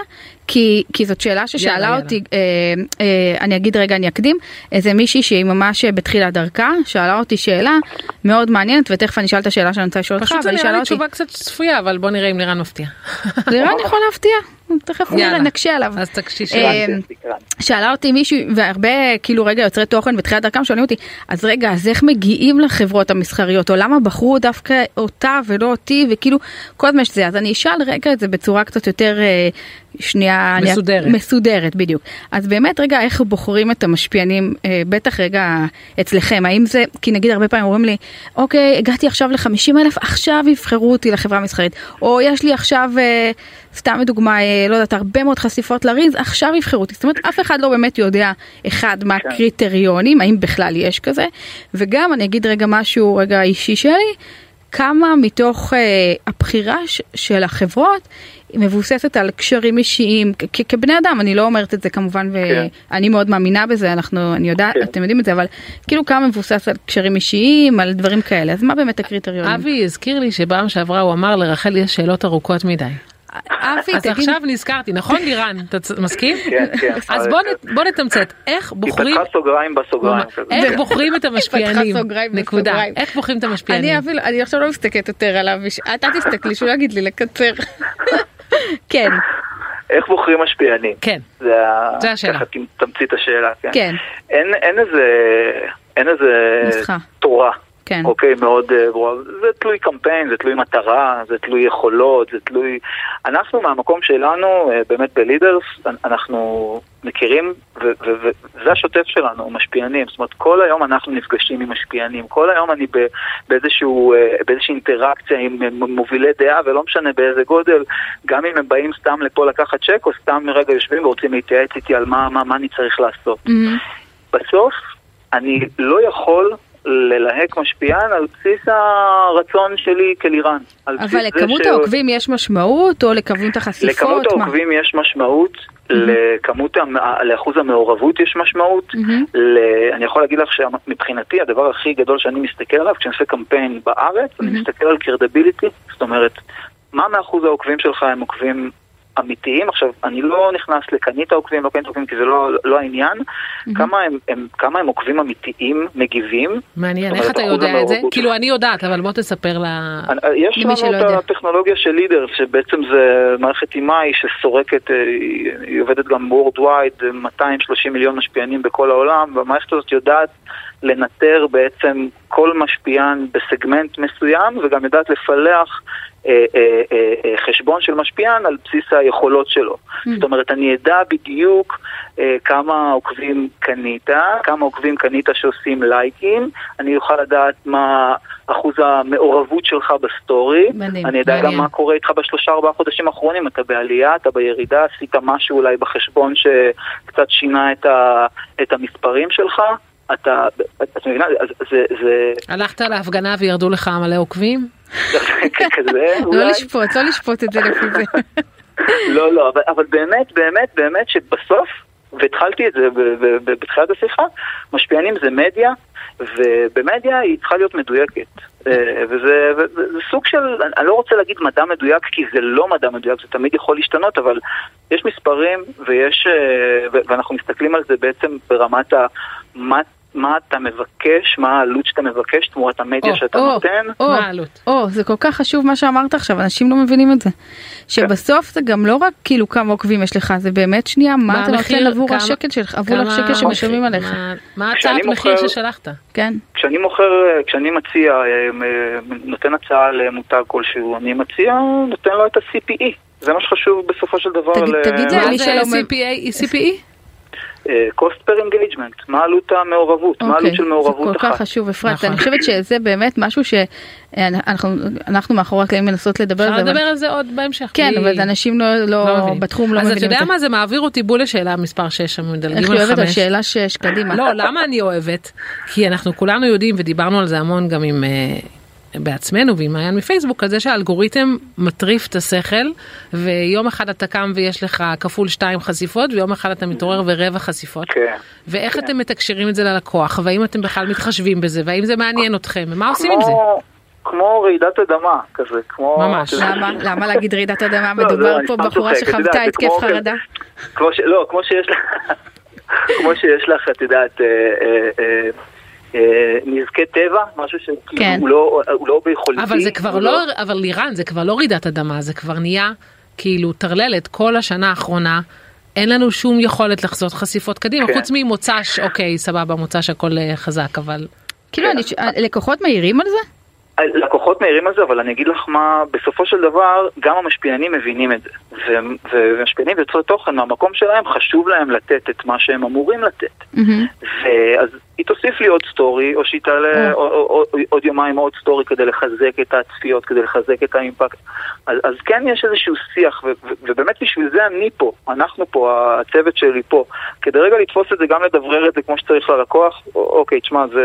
Speaker 2: כי, כי זאת שאלה ששאלה
Speaker 3: יאללה,
Speaker 2: יאללה,
Speaker 3: יאללה.
Speaker 2: אותי, אה, אה, אני אגיד רגע, אני אקדים, איזה מישהי שהיא ממש אה, בתחילת דרכה, שאלה אותי שאלה מאוד מעניינת, ותכף אני אשאל את השאלה שאני רוצה לשאול אותך,
Speaker 3: פשוט זה
Speaker 2: אבל היא
Speaker 3: נראה
Speaker 2: שאלה
Speaker 3: לי
Speaker 2: אותי,
Speaker 3: תשובה קצת צפויה, אבל בוא נראה אם לירן מפתיע.
Speaker 2: זה נראה לי יכול להפתיע, תכף
Speaker 3: יאללה.
Speaker 2: נראה, נקשה עליו.
Speaker 3: אז תקשיב
Speaker 2: אה,
Speaker 3: שאלה.
Speaker 2: שאלה אותי מישהו והרבה כאילו רגע יוצרי תוכן בתחילת דרכם שואלים אותי אז רגע אז איך מגיעים לחברות המסחריות או למה בחרו דווקא אותה ולא אותי וכאילו כל הזמן שזה אז אני אשאל רגע את זה בצורה קצת יותר אה, שנייה אני-
Speaker 3: מסודרת.
Speaker 2: מסודרת בדיוק אז באמת רגע איך בוחרים את המשפיענים אה, בטח רגע אצלכם האם זה כי נגיד הרבה פעמים אומרים לי אוקיי הגעתי עכשיו ל-50 אלף עכשיו יבחרו אותי לחברה המסחרית או יש לי עכשיו אה, סתם לדוגמה אה, לא יודעת הרבה מאוד חשיפות לריז עכשיו יבחרו אותי זאת אומרת אף אחד לא באמת יודע אחד מה הקריטריונים האם בכלל יש כזה וגם אני אגיד רגע משהו רגע אישי שלי. כמה מתוך אה, הבחירה ש- של החברות היא מבוססת על קשרים אישיים כ- כ- כבני אדם אני לא אומרת את זה כמובן
Speaker 1: כן.
Speaker 2: ואני מאוד מאמינה בזה אנחנו אני יודעת
Speaker 1: כן.
Speaker 2: אתם יודעים את זה אבל כאילו כמה מבוסס על קשרים אישיים על דברים כאלה אז מה באמת הקריטריונים
Speaker 3: אה, אבי הזכיר לי שבפעם שעברה הוא אמר לרחל יש שאלות ארוכות מדי.
Speaker 2: אבי
Speaker 3: אז
Speaker 2: תגיד
Speaker 3: עכשיו נזכרתי, נכון לירן? אתה צ- מסכים?
Speaker 1: כן, כן.
Speaker 3: אז בוא נ- בוא נתמצת, איך
Speaker 1: היא
Speaker 3: בוחרים...
Speaker 1: פתחה סוגריים בסוגריים. כזה. כן.
Speaker 3: איך בוחרים את המשפיענים,
Speaker 2: פתחה סוגריים
Speaker 3: נקודה,
Speaker 2: בסוגריים.
Speaker 3: איך בוחרים את
Speaker 2: אני
Speaker 3: המשפיענים,
Speaker 2: אפילו אני עכשיו לא מסתכלת יותר עליו אתה תסתכלי שהוא לא יגיד לי לקצר כן
Speaker 1: איך בוחרים משפיענים?
Speaker 3: כן,
Speaker 1: זה ה-
Speaker 3: זה השאלה.
Speaker 1: ככה תמצית השאלה. כן.
Speaker 2: כן
Speaker 1: אין, אין איזה, אין איזה
Speaker 2: נוסחה.
Speaker 1: תורה,
Speaker 2: כן
Speaker 1: אוקיי, מאוד אה, ברורה. זה תלוי קמפיין, זה תלוי מטרה, זה תלוי יכולות, זה תלוי... אנחנו מהמקום שלנו, אה, באמת בלידרס, אנ- אנחנו מכירים, וזה השוטף שלנו, משפיענים. זאת אומרת, כל היום אנחנו נפגשים עם משפיענים, כל היום אני ב- באיזשהו, אה, באיזושהי אינטראקציה עם אה, מ- מובילי דעה, ולא משנה באיזה גודל, גם אם הם באים סתם לפה לקחת צ'ק, או סתם רגע יושבים ורוצים להתייעץ איתי על מה, מה, מה אני צריך לעשות.
Speaker 2: מהמם.
Speaker 1: בסוף אני לא יכול ללהק משפיען על בסיס הרצון שלי כלירן. על בסיס
Speaker 2: אבל
Speaker 1: זה
Speaker 2: לכמות
Speaker 1: ש-
Speaker 2: העוקבים יש משמעות או לכמות החשיפות
Speaker 1: לכמות
Speaker 2: מה? Mhm.
Speaker 1: העוקבים יש משמעות, לכמות, המ- לאחוז המעורבות יש משמעות.
Speaker 2: מהמם.
Speaker 1: ל... אני יכול להגיד לך שמבחינתי הדבר הכי גדול שאני מסתכל עליו כשאני עושה קמפיין בארץ, אני
Speaker 2: Mhm.
Speaker 1: מסתכל על קרדביליטי, זאת אומרת, מה מאחוז העוקבים שלך הם עוקבים אמיתיים? עכשיו, אני לא נכנס לקנית העוקבים, לא קנית העוקבים, כי זה לא, לא העניין.
Speaker 2: Mhm.
Speaker 1: כמה הם, הם, כמה הם עוקבים אמיתיים מגיבים?
Speaker 3: מעניין,
Speaker 1: אבל
Speaker 3: איך אתה
Speaker 1: אחוז
Speaker 3: יודע את זה,
Speaker 1: המעורבות.
Speaker 3: כאילו אני יודעת, אבל בוא תספר לה,
Speaker 1: יש
Speaker 2: למי שלא
Speaker 1: לנו את
Speaker 2: יודע.
Speaker 1: הטכנולוגיה של לידר, שבעצם זה מערכת אימאי שסורקת, אה, היא היא עובדת גם Worldwide, 230 מיליון משפיענים בכל העולם, והמערכת הזאת יודעת לנטר בעצם כל משפיען בסגמנט מסוים, וגם יודעת לפלח אה, אה, אה, אה, חשבון של משפיען על בסיס היכולות שלו. זאת אומרת, אני אדע בדיוק אה, כמה עוקבים קנית, כמה עוקבים קנית שעושים לייקים, אני אוכל לדעת מה אחוז המעורבות שלך בסטורי,
Speaker 2: מדהים,
Speaker 1: אני אדע גם
Speaker 3: מעניין.
Speaker 1: מה קורה איתך בשלושה ארבעה חודשים האחרונים, אתה בעלייה, אתה בירידה, עשית משהו אולי בחשבון שקצת שינה את, ה, את המספרים שלך, אתה, את מבינה, אז זה, זה,
Speaker 3: הלכת להפגנה וירדו לך מלא עוקבים,
Speaker 1: זה כזה
Speaker 2: לא
Speaker 1: אולי,
Speaker 2: לשפוט, לא לשפוט את זה לפי זה.
Speaker 1: לא, לא, אבל, אבל באמת, באמת, באמת שבסוף, והתחלתי את זה ב- ב- ב- בתחילת השיחה, משפיענים זה מדיה, ובמדיה היא צריכה להיות מדויקת. אה, וזה, וזה זה סוג של, אני לא רוצה להגיד מדע מדויק, כי זה לא מדע מדויק, זה תמיד יכול להשתנות, אבל יש מספרים ויש, אה, ו- ואנחנו מסתכלים על זה בעצם ברמת ה... מה, מה אתה מבקש, מה העלות שאתה מבקש תמורת המדיה
Speaker 3: או,
Speaker 1: שאתה
Speaker 2: או,
Speaker 1: נותן.
Speaker 2: או,
Speaker 3: מה העלות?
Speaker 2: או, זה כל כך חשוב מה שאמרת עכשיו, אנשים לא מבינים את זה. שבסוף זה גם לא רק כאילו כמה עוקבים יש לך, זה באמת שנייה, מה אתה נותן
Speaker 3: המחיר?
Speaker 2: עבור
Speaker 3: כמה-
Speaker 2: השקל שלך, עבור
Speaker 3: כמה-
Speaker 2: השקל שמשלמים עליך,
Speaker 3: מה- מה
Speaker 1: אוקיי. כשאני
Speaker 3: הצעת מחיר
Speaker 1: מוכר-
Speaker 3: ששלחת?
Speaker 2: כן?
Speaker 1: כשאני מוכר, כשאני מציע, אה, אה, נותן הצעה למותג כלשהו, אני מציע, נותן לו את ה-CPE. זה מה שחשוב בסופו של דבר.
Speaker 2: תגיד-
Speaker 1: ל-
Speaker 2: תגיד זה,
Speaker 3: מה
Speaker 2: מי
Speaker 3: זה
Speaker 2: שלא מב-
Speaker 3: CPA? CPE?
Speaker 1: אה, cost per engagement, מה עלות המעורבות, מה
Speaker 2: אוקיי,
Speaker 1: העלות של
Speaker 2: זה
Speaker 1: מעורבות
Speaker 2: כל כך
Speaker 1: אחת.
Speaker 2: חשוב אפרת,
Speaker 3: נכון.
Speaker 2: אני חושבת שזה באמת משהו שאנחנו מאחורי הקלעים מנסות לדבר על
Speaker 3: אפשר
Speaker 2: זה, אבל-
Speaker 3: לדבר על זה עוד בהמשך.
Speaker 2: כן,
Speaker 3: בלי-
Speaker 2: אבל אנשים לא-
Speaker 3: לא
Speaker 2: לא
Speaker 3: מבינים.
Speaker 2: בתחום לא
Speaker 3: אז אתה
Speaker 2: מבינים את
Speaker 3: יודע
Speaker 2: זה.
Speaker 3: מה זה מעביר אותי בול לשאלה מספר 6 שמדלגים על 5.
Speaker 2: איך היא אוהבת על שאלה שש, קדימה.
Speaker 3: לא, למה אני אוהבת? כי אנחנו כולנו יודעים, ודיברנו על זה המון גם עם... אה, בעצמנו ועם מעיין מפייסבוק, על זה שהאלגוריתם מטריף את השכל, ויום אחד אתה קם ויש לך כפול שתיים חשיפות, ויום אחד אתה מתעורר ורבע חשיפות.
Speaker 1: כן.
Speaker 3: ואיך אתם מתקשרים את זה ללקוח, והאם אתם בכלל מתחשבים בזה, והאם זה מעניין אתכם, ומה עושים עם זה?
Speaker 1: כמו- כמו רעידת אדמה כזה, כמו... כאילו,
Speaker 3: ממש.
Speaker 2: למה? למה להגיד רעידת אדמה?
Speaker 1: לא,
Speaker 2: מדובר
Speaker 1: לא, אני
Speaker 2: פה
Speaker 1: סתם
Speaker 2: בחורה
Speaker 1: צוחק, את יודעת,
Speaker 2: שחוותה
Speaker 1: זה
Speaker 2: התקף
Speaker 1: כמו-
Speaker 2: חרדה.
Speaker 1: כמו ש... לא, כמו שיש לך, כמו שיש לך, את יודעת, אה, אה, אה, אה, נזקי טבע, משהו שכאילו
Speaker 2: כן.
Speaker 1: הוא לא- הוא לא ביכולתי.
Speaker 3: אבל זה כבר
Speaker 1: הוא
Speaker 3: לא, אבל לירן זה כבר לא רעידת אדמה, זה כבר נהיה כאילו טרללת כל השנה האחרונה. אין לנו שום יכולת לחזות חשיפות קדימה,
Speaker 1: כן.
Speaker 3: חוץ ממוצ"ש, אוקיי, סבבה, מוצ"ש הכל אה, חזק, אבל...
Speaker 1: כן.
Speaker 2: כאילו, אני ש- לקוחות מעירים על זה?
Speaker 1: לקוחות מעירים על זה, אבל אני אגיד לך מה, בסופו של דבר, גם המשפיענים מבינים את זה. ו- ו- ומשפיענים ויוצרי תוכן מהמקום שלהם, חשוב להם לתת את מה שהם אמורים לתת.
Speaker 2: מהמם.
Speaker 1: ואז היא תוסיף לי עוד סטורי, או שהיא תעלה או- או- או- עוד יומיים עוד סטורי כדי לחזק את הצפיות, כדי לחזק את האימפקט. אז אז כן יש איזשהו שיח, ו- ו- ובאמת בשביל זה אני פה, אנחנו פה, הצוות שלי פה. כדי רגע לתפוס את זה, גם לדברר את זה כמו שצריך ללקוח, א- אוקיי, תשמע, זה,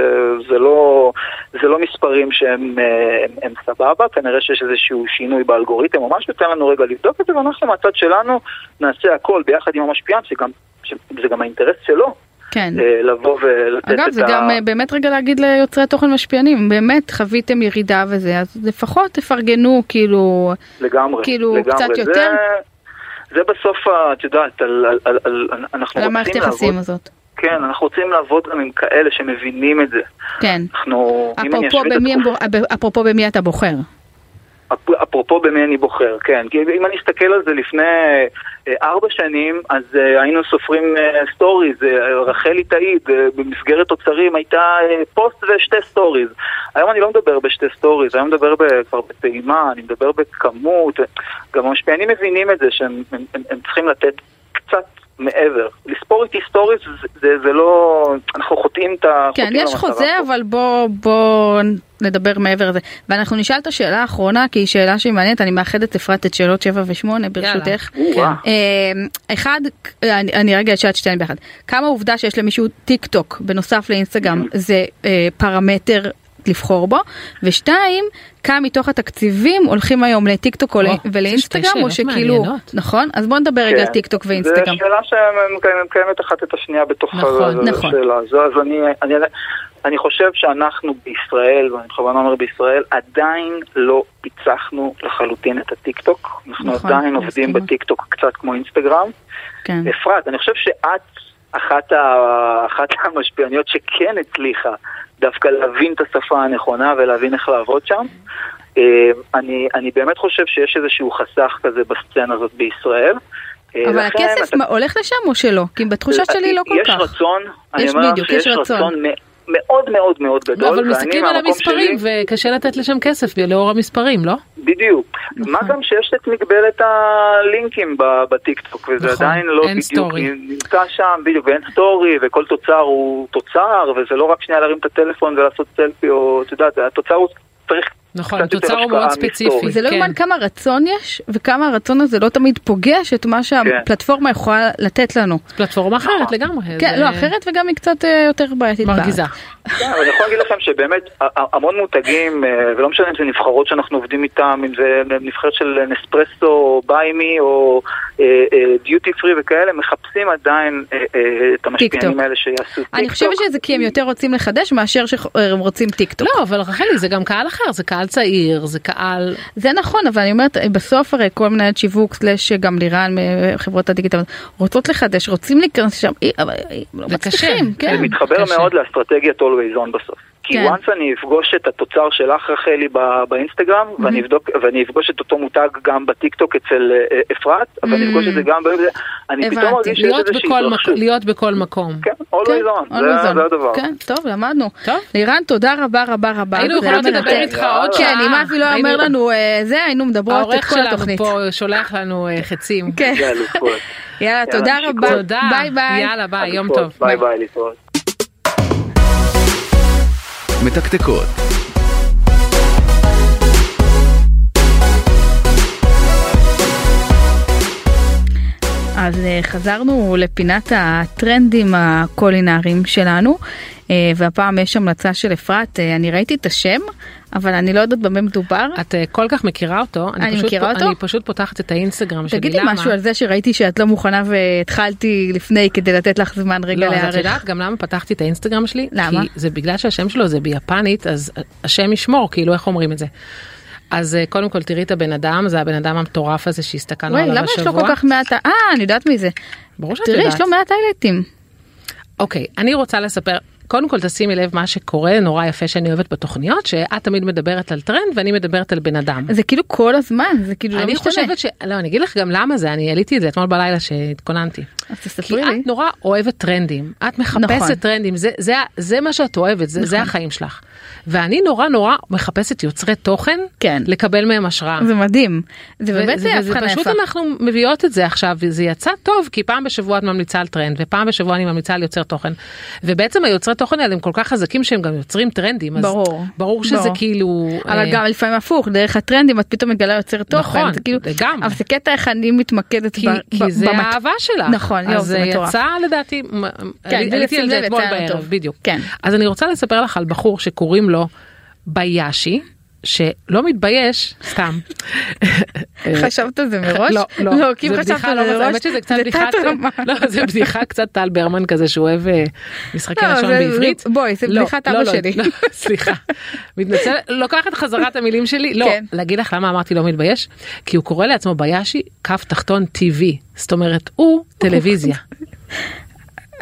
Speaker 1: זה, לא, זה לא מספרים שהם אה, הם, הם סבבה, כנראה שיש איזשהו שינוי באלגוריתם או משהו, תן לנו רגע לבדוק את זה, ואנחנו מהצד שלנו נעשה הכל ביחד עם המשפיען, שגם, שזה גם האינטרס שלו.
Speaker 2: כן.
Speaker 1: אה, לבוא ולתת את ה...
Speaker 2: אגב, זה גם אה, באמת רגע להגיד ליוצרי תוכן משפיענים, באמת חוויתם ירידה וזה, אז לפחות תפרגנו, כאילו,
Speaker 1: לגמרי,
Speaker 2: כאילו,
Speaker 1: לגמרי.
Speaker 2: קצת
Speaker 1: זה-
Speaker 2: יותר?
Speaker 1: זה בסוף, ה- את יודעת, על, על, על, על, אנחנו
Speaker 2: על המערכת
Speaker 1: רוצים לעבוד,
Speaker 2: יחסים הזאת.
Speaker 1: כן, אנחנו רוצים לעבוד גם עם כאלה שמבינים את זה.
Speaker 2: כן.
Speaker 1: אנחנו, אם
Speaker 2: אפרופו
Speaker 1: אני אשווה את
Speaker 2: במי, הם
Speaker 1: התקופ-
Speaker 2: בוח- ב- אפרופו במי אתה בוחר.
Speaker 1: אפ- אפרופו במי אני בוחר, כן. כי אם אני אסתכל על זה לפני אה, ארבע שנים, אז אה, היינו סופרים אה, סטוריז, אה, רחלי תעיד, אה, במסגרת אוצרים הייתה אה, פוסט ושתי סטוריז. היום אני לא מדבר בשתי סטוריז, היום מדבר ב- כבר בפעימה, אני מדבר בכמות. אה, גם המשפיענים מבינים את זה שהם הם, הם, הם צריכים לתת קצת. מעבר. לספור איתי סטוריז זה, זה, זה לא... אנחנו חוטאים את ה...
Speaker 2: כן,
Speaker 1: חוטאים
Speaker 2: יש
Speaker 1: למטרה
Speaker 2: חוזה,
Speaker 1: כאילו פה.
Speaker 2: אבל בוא, בוא נדבר מעבר לזה. ואנחנו נשאל את השאלה האחרונה, כי היא שאלה שהיא מעניינת, אני מאחדת אפרת את שאלות 7 ו-8, ברשותך.
Speaker 1: או-אה.
Speaker 2: אה, אחד, אני, אני רגע אשאל את שתיהן ביחד. כמה העובדה שיש למישהו טיק טוק בנוסף לאינסטגרם
Speaker 1: כן.
Speaker 2: זה אה, פרמטר לבחור בו? ושתיים, כמה מתוך התקציבים הולכים היום לטיק טוק או ל-
Speaker 3: או, זה שתי
Speaker 2: ולאינסטגרם, או
Speaker 3: שאלות
Speaker 2: שכאילו,
Speaker 3: מעניינות.
Speaker 2: נכון? אז בוא נדבר רגע על
Speaker 1: כן.
Speaker 2: טיק טוק ואינסטגרם.
Speaker 1: זו שאלה שקיימת אחת את השנייה בתוך
Speaker 3: נכון,
Speaker 1: ה-
Speaker 2: נכון.
Speaker 1: השאלה הזו, אז אני, אני, אני חושב שאנחנו בישראל, ואני בכוונה אומר בישראל, עדיין לא פיצחנו לחלוטין את הטיקטוק. אנחנו
Speaker 2: נכון,
Speaker 1: עדיין
Speaker 2: אני
Speaker 1: עובדים
Speaker 2: מסכימה.
Speaker 1: בטיקטוק קצת כמו אינסטגרם.
Speaker 2: כן.
Speaker 1: אפרת, אני חושב שאת אחת, ה... אחת המשפיעניות שכן הצליחה דווקא להבין את השפה הנכונה ולהבין איך לעבוד שם. אה, אני, אני באמת חושב שיש איזשהו חסך כזה בסצנה הזאת בישראל. אה,
Speaker 2: אבל
Speaker 1: לכן
Speaker 2: הכסף
Speaker 1: אתה- אה,
Speaker 2: מה, הולך לשם או שלא? כי בתחושה שלי לא כל
Speaker 1: יש
Speaker 2: כך.
Speaker 1: רצון, אני
Speaker 2: יש
Speaker 1: אומר לך
Speaker 2: בדיוק, יש
Speaker 1: שיש
Speaker 2: רצון. לא,
Speaker 1: רצון מ- מאוד מאוד מאוד גדול.
Speaker 3: אבל
Speaker 1: ואני
Speaker 3: מסתכלים על
Speaker 1: מהמקום
Speaker 3: המספרים,
Speaker 1: שלי-
Speaker 3: וקשה לתת לשם כסף ב- לאור המספרים, לא?
Speaker 1: בדיוק.
Speaker 2: נכון.
Speaker 1: מה גם שיש את מגבלת הלינקים ב- בטיקטוק, וזה
Speaker 3: נכון,
Speaker 1: עדיין לא
Speaker 3: אין
Speaker 1: בדיוק
Speaker 3: סטורי.
Speaker 1: נמצא שם, בדיוק, ואין סטורי, וכל תוצר הוא תוצר, וזה לא רק שנייה להרים את הטלפון ולעשות סלפי, או את יודעת, התוצר הוא צריך
Speaker 3: נכון,
Speaker 1: קצת יותר
Speaker 3: התוצר הוא מאוד
Speaker 1: השקעה
Speaker 3: ספציפי.
Speaker 1: מסתורית.
Speaker 2: זה לא
Speaker 3: כן.
Speaker 2: יאומן כמה רצון יש, וכמה הרצון הזה לא תמיד פוגש את
Speaker 1: כן.
Speaker 2: מה שהפלטפורמה יכולה לתת לנו.
Speaker 3: פלטפורמה אחרת לגמרי.
Speaker 2: לא. כן,
Speaker 3: זה
Speaker 2: לא, אחרת וגם היא קצת אה, יותר בעייתית.
Speaker 3: מרגיזה.
Speaker 2: בארץ.
Speaker 1: כן, אבל אני יכול להגיד לכם שבאמת ה- ה- המון מותגים, אה, ולא משנה אם זה נבחרות שאנחנו עובדים איתן, אם זה נבחרת של נספרסו, או ביימי, או דיוטי פרי וכאלה, מחפשים עדיין אה, אה, את
Speaker 2: טיקטוק.
Speaker 1: המשפיענים האלה שיעשו טיקטוק.
Speaker 2: אני חושבת שזה כי הם יותר רוצים לחדש מאשר שהם רוצים טיקטוק.
Speaker 3: לא, אבל רחלי, זה גם קהל אחר, זה קהל צעיר, זה קהל...
Speaker 2: זה נכון, אבל אני אומרת, בסוף הרי כל מנהל שיווק, סלש אה, גם לירן מחברות הדיגיטל, רוצות לחדש, רוצים להיכנס שם, אי, אבל אי, לא
Speaker 3: זה קשה.
Speaker 2: מצליחים, כן.
Speaker 1: זה מתחבר
Speaker 3: קשה.
Speaker 1: מאוד לאסטרטגיית always on בסוף. כי
Speaker 2: כן.
Speaker 1: once אני אפגוש את התוצר שלך רחלי ב- באינסטגרם,
Speaker 3: Mm-hmm.
Speaker 1: ואני אבדוק- ואני אפגוש את אותו מותג גם בטיקטוק אצל אה, אה, אפרת, ואני אפגוש את זה גם ב... אני פתאום
Speaker 2: הבנתי.
Speaker 1: מרגיש שיש
Speaker 3: Mm-hmm. להיות
Speaker 1: איזושהי
Speaker 3: בכל
Speaker 1: התרחשות.
Speaker 3: מקום- להיות בכל מקום.
Speaker 1: כן,
Speaker 2: כן,
Speaker 1: always on,
Speaker 2: always
Speaker 1: זה-
Speaker 2: on.
Speaker 1: זה הדבר.
Speaker 2: כן, טוב, למדנו.
Speaker 3: טוב.
Speaker 2: לירן, תודה רבה רבה רבה.
Speaker 3: היינו
Speaker 2: זה היה
Speaker 3: יכולות לדבר
Speaker 2: מרתק.
Speaker 3: איתך עוד
Speaker 2: כן,
Speaker 3: שעה.
Speaker 2: אם אבי לא היה אומר
Speaker 3: אה, היינו-
Speaker 2: לנו אה, זה, היינו מדברות את
Speaker 3: העורך
Speaker 2: כל
Speaker 3: שלנו
Speaker 2: התוכנית.
Speaker 3: פה שולח לנו אה, חצים.
Speaker 2: כן.
Speaker 1: זה אלופות.
Speaker 2: יאללה, תודה
Speaker 1: שיקום.
Speaker 2: רבה.
Speaker 3: תודה.
Speaker 2: ביי ביי.
Speaker 3: יאללה, ביי, יום
Speaker 1: אלופות.
Speaker 3: טוב.
Speaker 1: ביי ביי, להתראות.
Speaker 4: מתקתקות.
Speaker 2: אז אה, חזרנו לפינת הטרנדים הקולינריים שלנו, אה, והפעם יש המלצה של אפרת, אה, אני ראיתי את השם, אבל אני לא יודעת במה מדובר.
Speaker 3: את אה, כל כך מכירה אותו.
Speaker 2: אני
Speaker 3: פשוט
Speaker 2: מכירה
Speaker 3: פו-
Speaker 2: אותו?
Speaker 3: אני פשוט פותחת את האינסטגרם שלי.
Speaker 2: תגידי
Speaker 3: למה?
Speaker 2: משהו על זה שראיתי שאת לא מוכנה והתחלתי לפני כדי לתת לך זמן רגע
Speaker 3: לא, אז את
Speaker 2: להיערך.
Speaker 3: יודעת גם למה פתחתי את האינסטגרם שלי?
Speaker 2: למה?
Speaker 3: כי זה בגלל שהשם שלו זה ביפנית, אז אה, השם ישמור, כאילו איך אומרים את זה. אז אה, קודם כל תראי את הבן אדם, זה הבן אדם המטורף הזה שהסתכלנו
Speaker 2: וואי,
Speaker 3: עליו לא, השבוע.
Speaker 2: למה יש לו כל כך מעט... אה, אני יודעת מי זה.
Speaker 3: ברור שאת
Speaker 2: תראי,
Speaker 3: יודעת.
Speaker 2: יש לו מעט היילייטים.
Speaker 3: אוקיי, אני רוצה לספר, קודם כל תשימי לב מה שקורה, נורא יפה שאני אוהבת בתוכניות, שאת תמיד מדברת על טרנד ואני מדברת על בן אדם.
Speaker 2: זה כאילו כל הזמן, זה כאילו לא
Speaker 3: אני
Speaker 2: משתנה.
Speaker 3: חושבת ש... לא, אני אגיד לך גם למה זה, אני העליתי את זה אתמול בלילה שהתכוננתי.
Speaker 2: אז
Speaker 3: כי
Speaker 2: תספרי לי.
Speaker 3: את נורא אוהבת טרנדים, את
Speaker 2: נכון.
Speaker 3: מחפשת טרנדים, זה- זה ה- זה מה שאת אוהבת, זה- זה החיים שלך. ואני נורא נורא מחפשת יוצרי תוכן,
Speaker 2: כן.
Speaker 3: לקבל מהם השראה.
Speaker 2: זה מדהים. זה באמת
Speaker 3: וזה- וזה
Speaker 2: הבחנה
Speaker 3: פשוט
Speaker 2: יפה.
Speaker 3: אנחנו מביאות את זה עכשיו, וזה יצא טוב, כי פעם בשבוע את ממליצה על טרנד, ופעם בשבוע אני ממליצה על יוצר תוכן. ובעצם היוצרי תוכן האלה הם כל כך חזקים שהם גם יוצרים טרנדים, אז
Speaker 2: ברור.
Speaker 3: ברור שזה
Speaker 2: ברור.
Speaker 3: כאילו...
Speaker 2: אבל
Speaker 3: אה,
Speaker 2: גם לפעמים הפוך, דרך הטרנדים את פתאום מגלה יוצר תוכן.
Speaker 3: נכון,
Speaker 2: זה כאילו-
Speaker 3: לגמרי.
Speaker 2: אבל זה קטע איך אני מתמקדת
Speaker 3: כי,
Speaker 2: ב-
Speaker 3: כי
Speaker 2: ב-
Speaker 3: זה
Speaker 2: במת-
Speaker 3: האהבה שלך.
Speaker 2: נכון, יואו,
Speaker 3: אז אה,
Speaker 2: זה מטורף. כן,
Speaker 3: יצא לדעתי, מ- עלי-
Speaker 2: בלי
Speaker 3: עליתי
Speaker 2: לשים
Speaker 3: על
Speaker 2: לב,
Speaker 3: זה אתמול
Speaker 2: יצא לנו
Speaker 3: בערב,
Speaker 2: טוב.
Speaker 3: בדיוק.
Speaker 2: כן.
Speaker 3: אז אני רוצה לספר לך על בחור שקוראים לו ביישי, שלא מתבייש, סתם.
Speaker 2: חשבת על זה מראש?
Speaker 3: לא, לא,
Speaker 2: לא, כי אם
Speaker 3: זה
Speaker 2: חשבת
Speaker 3: בדיחה
Speaker 2: על
Speaker 3: לא
Speaker 2: זה
Speaker 3: מצ-
Speaker 2: מראש,
Speaker 3: האמת שזה קצת בדיחה,
Speaker 2: תת-רמה.
Speaker 3: לא, זה בדיחה קצת טל ברמן כזה שהוא אוהב אה, משחקי
Speaker 2: לא,
Speaker 3: לשון
Speaker 2: זה-
Speaker 3: בעברית.
Speaker 2: זה- בואי, זה
Speaker 3: לא,
Speaker 2: בדיחת
Speaker 3: לא,
Speaker 2: אבא
Speaker 3: לא,
Speaker 2: שלי.
Speaker 3: לא, סליחה, מתנצלת, לוקחת חזרה את המילים שלי, לא,
Speaker 2: כן.
Speaker 3: להגיד לך למה אמרתי לא מתבייש, כי הוא קורא לעצמו ביישי קו תחתון TV, זאת אומרת הוא טלוויזיה,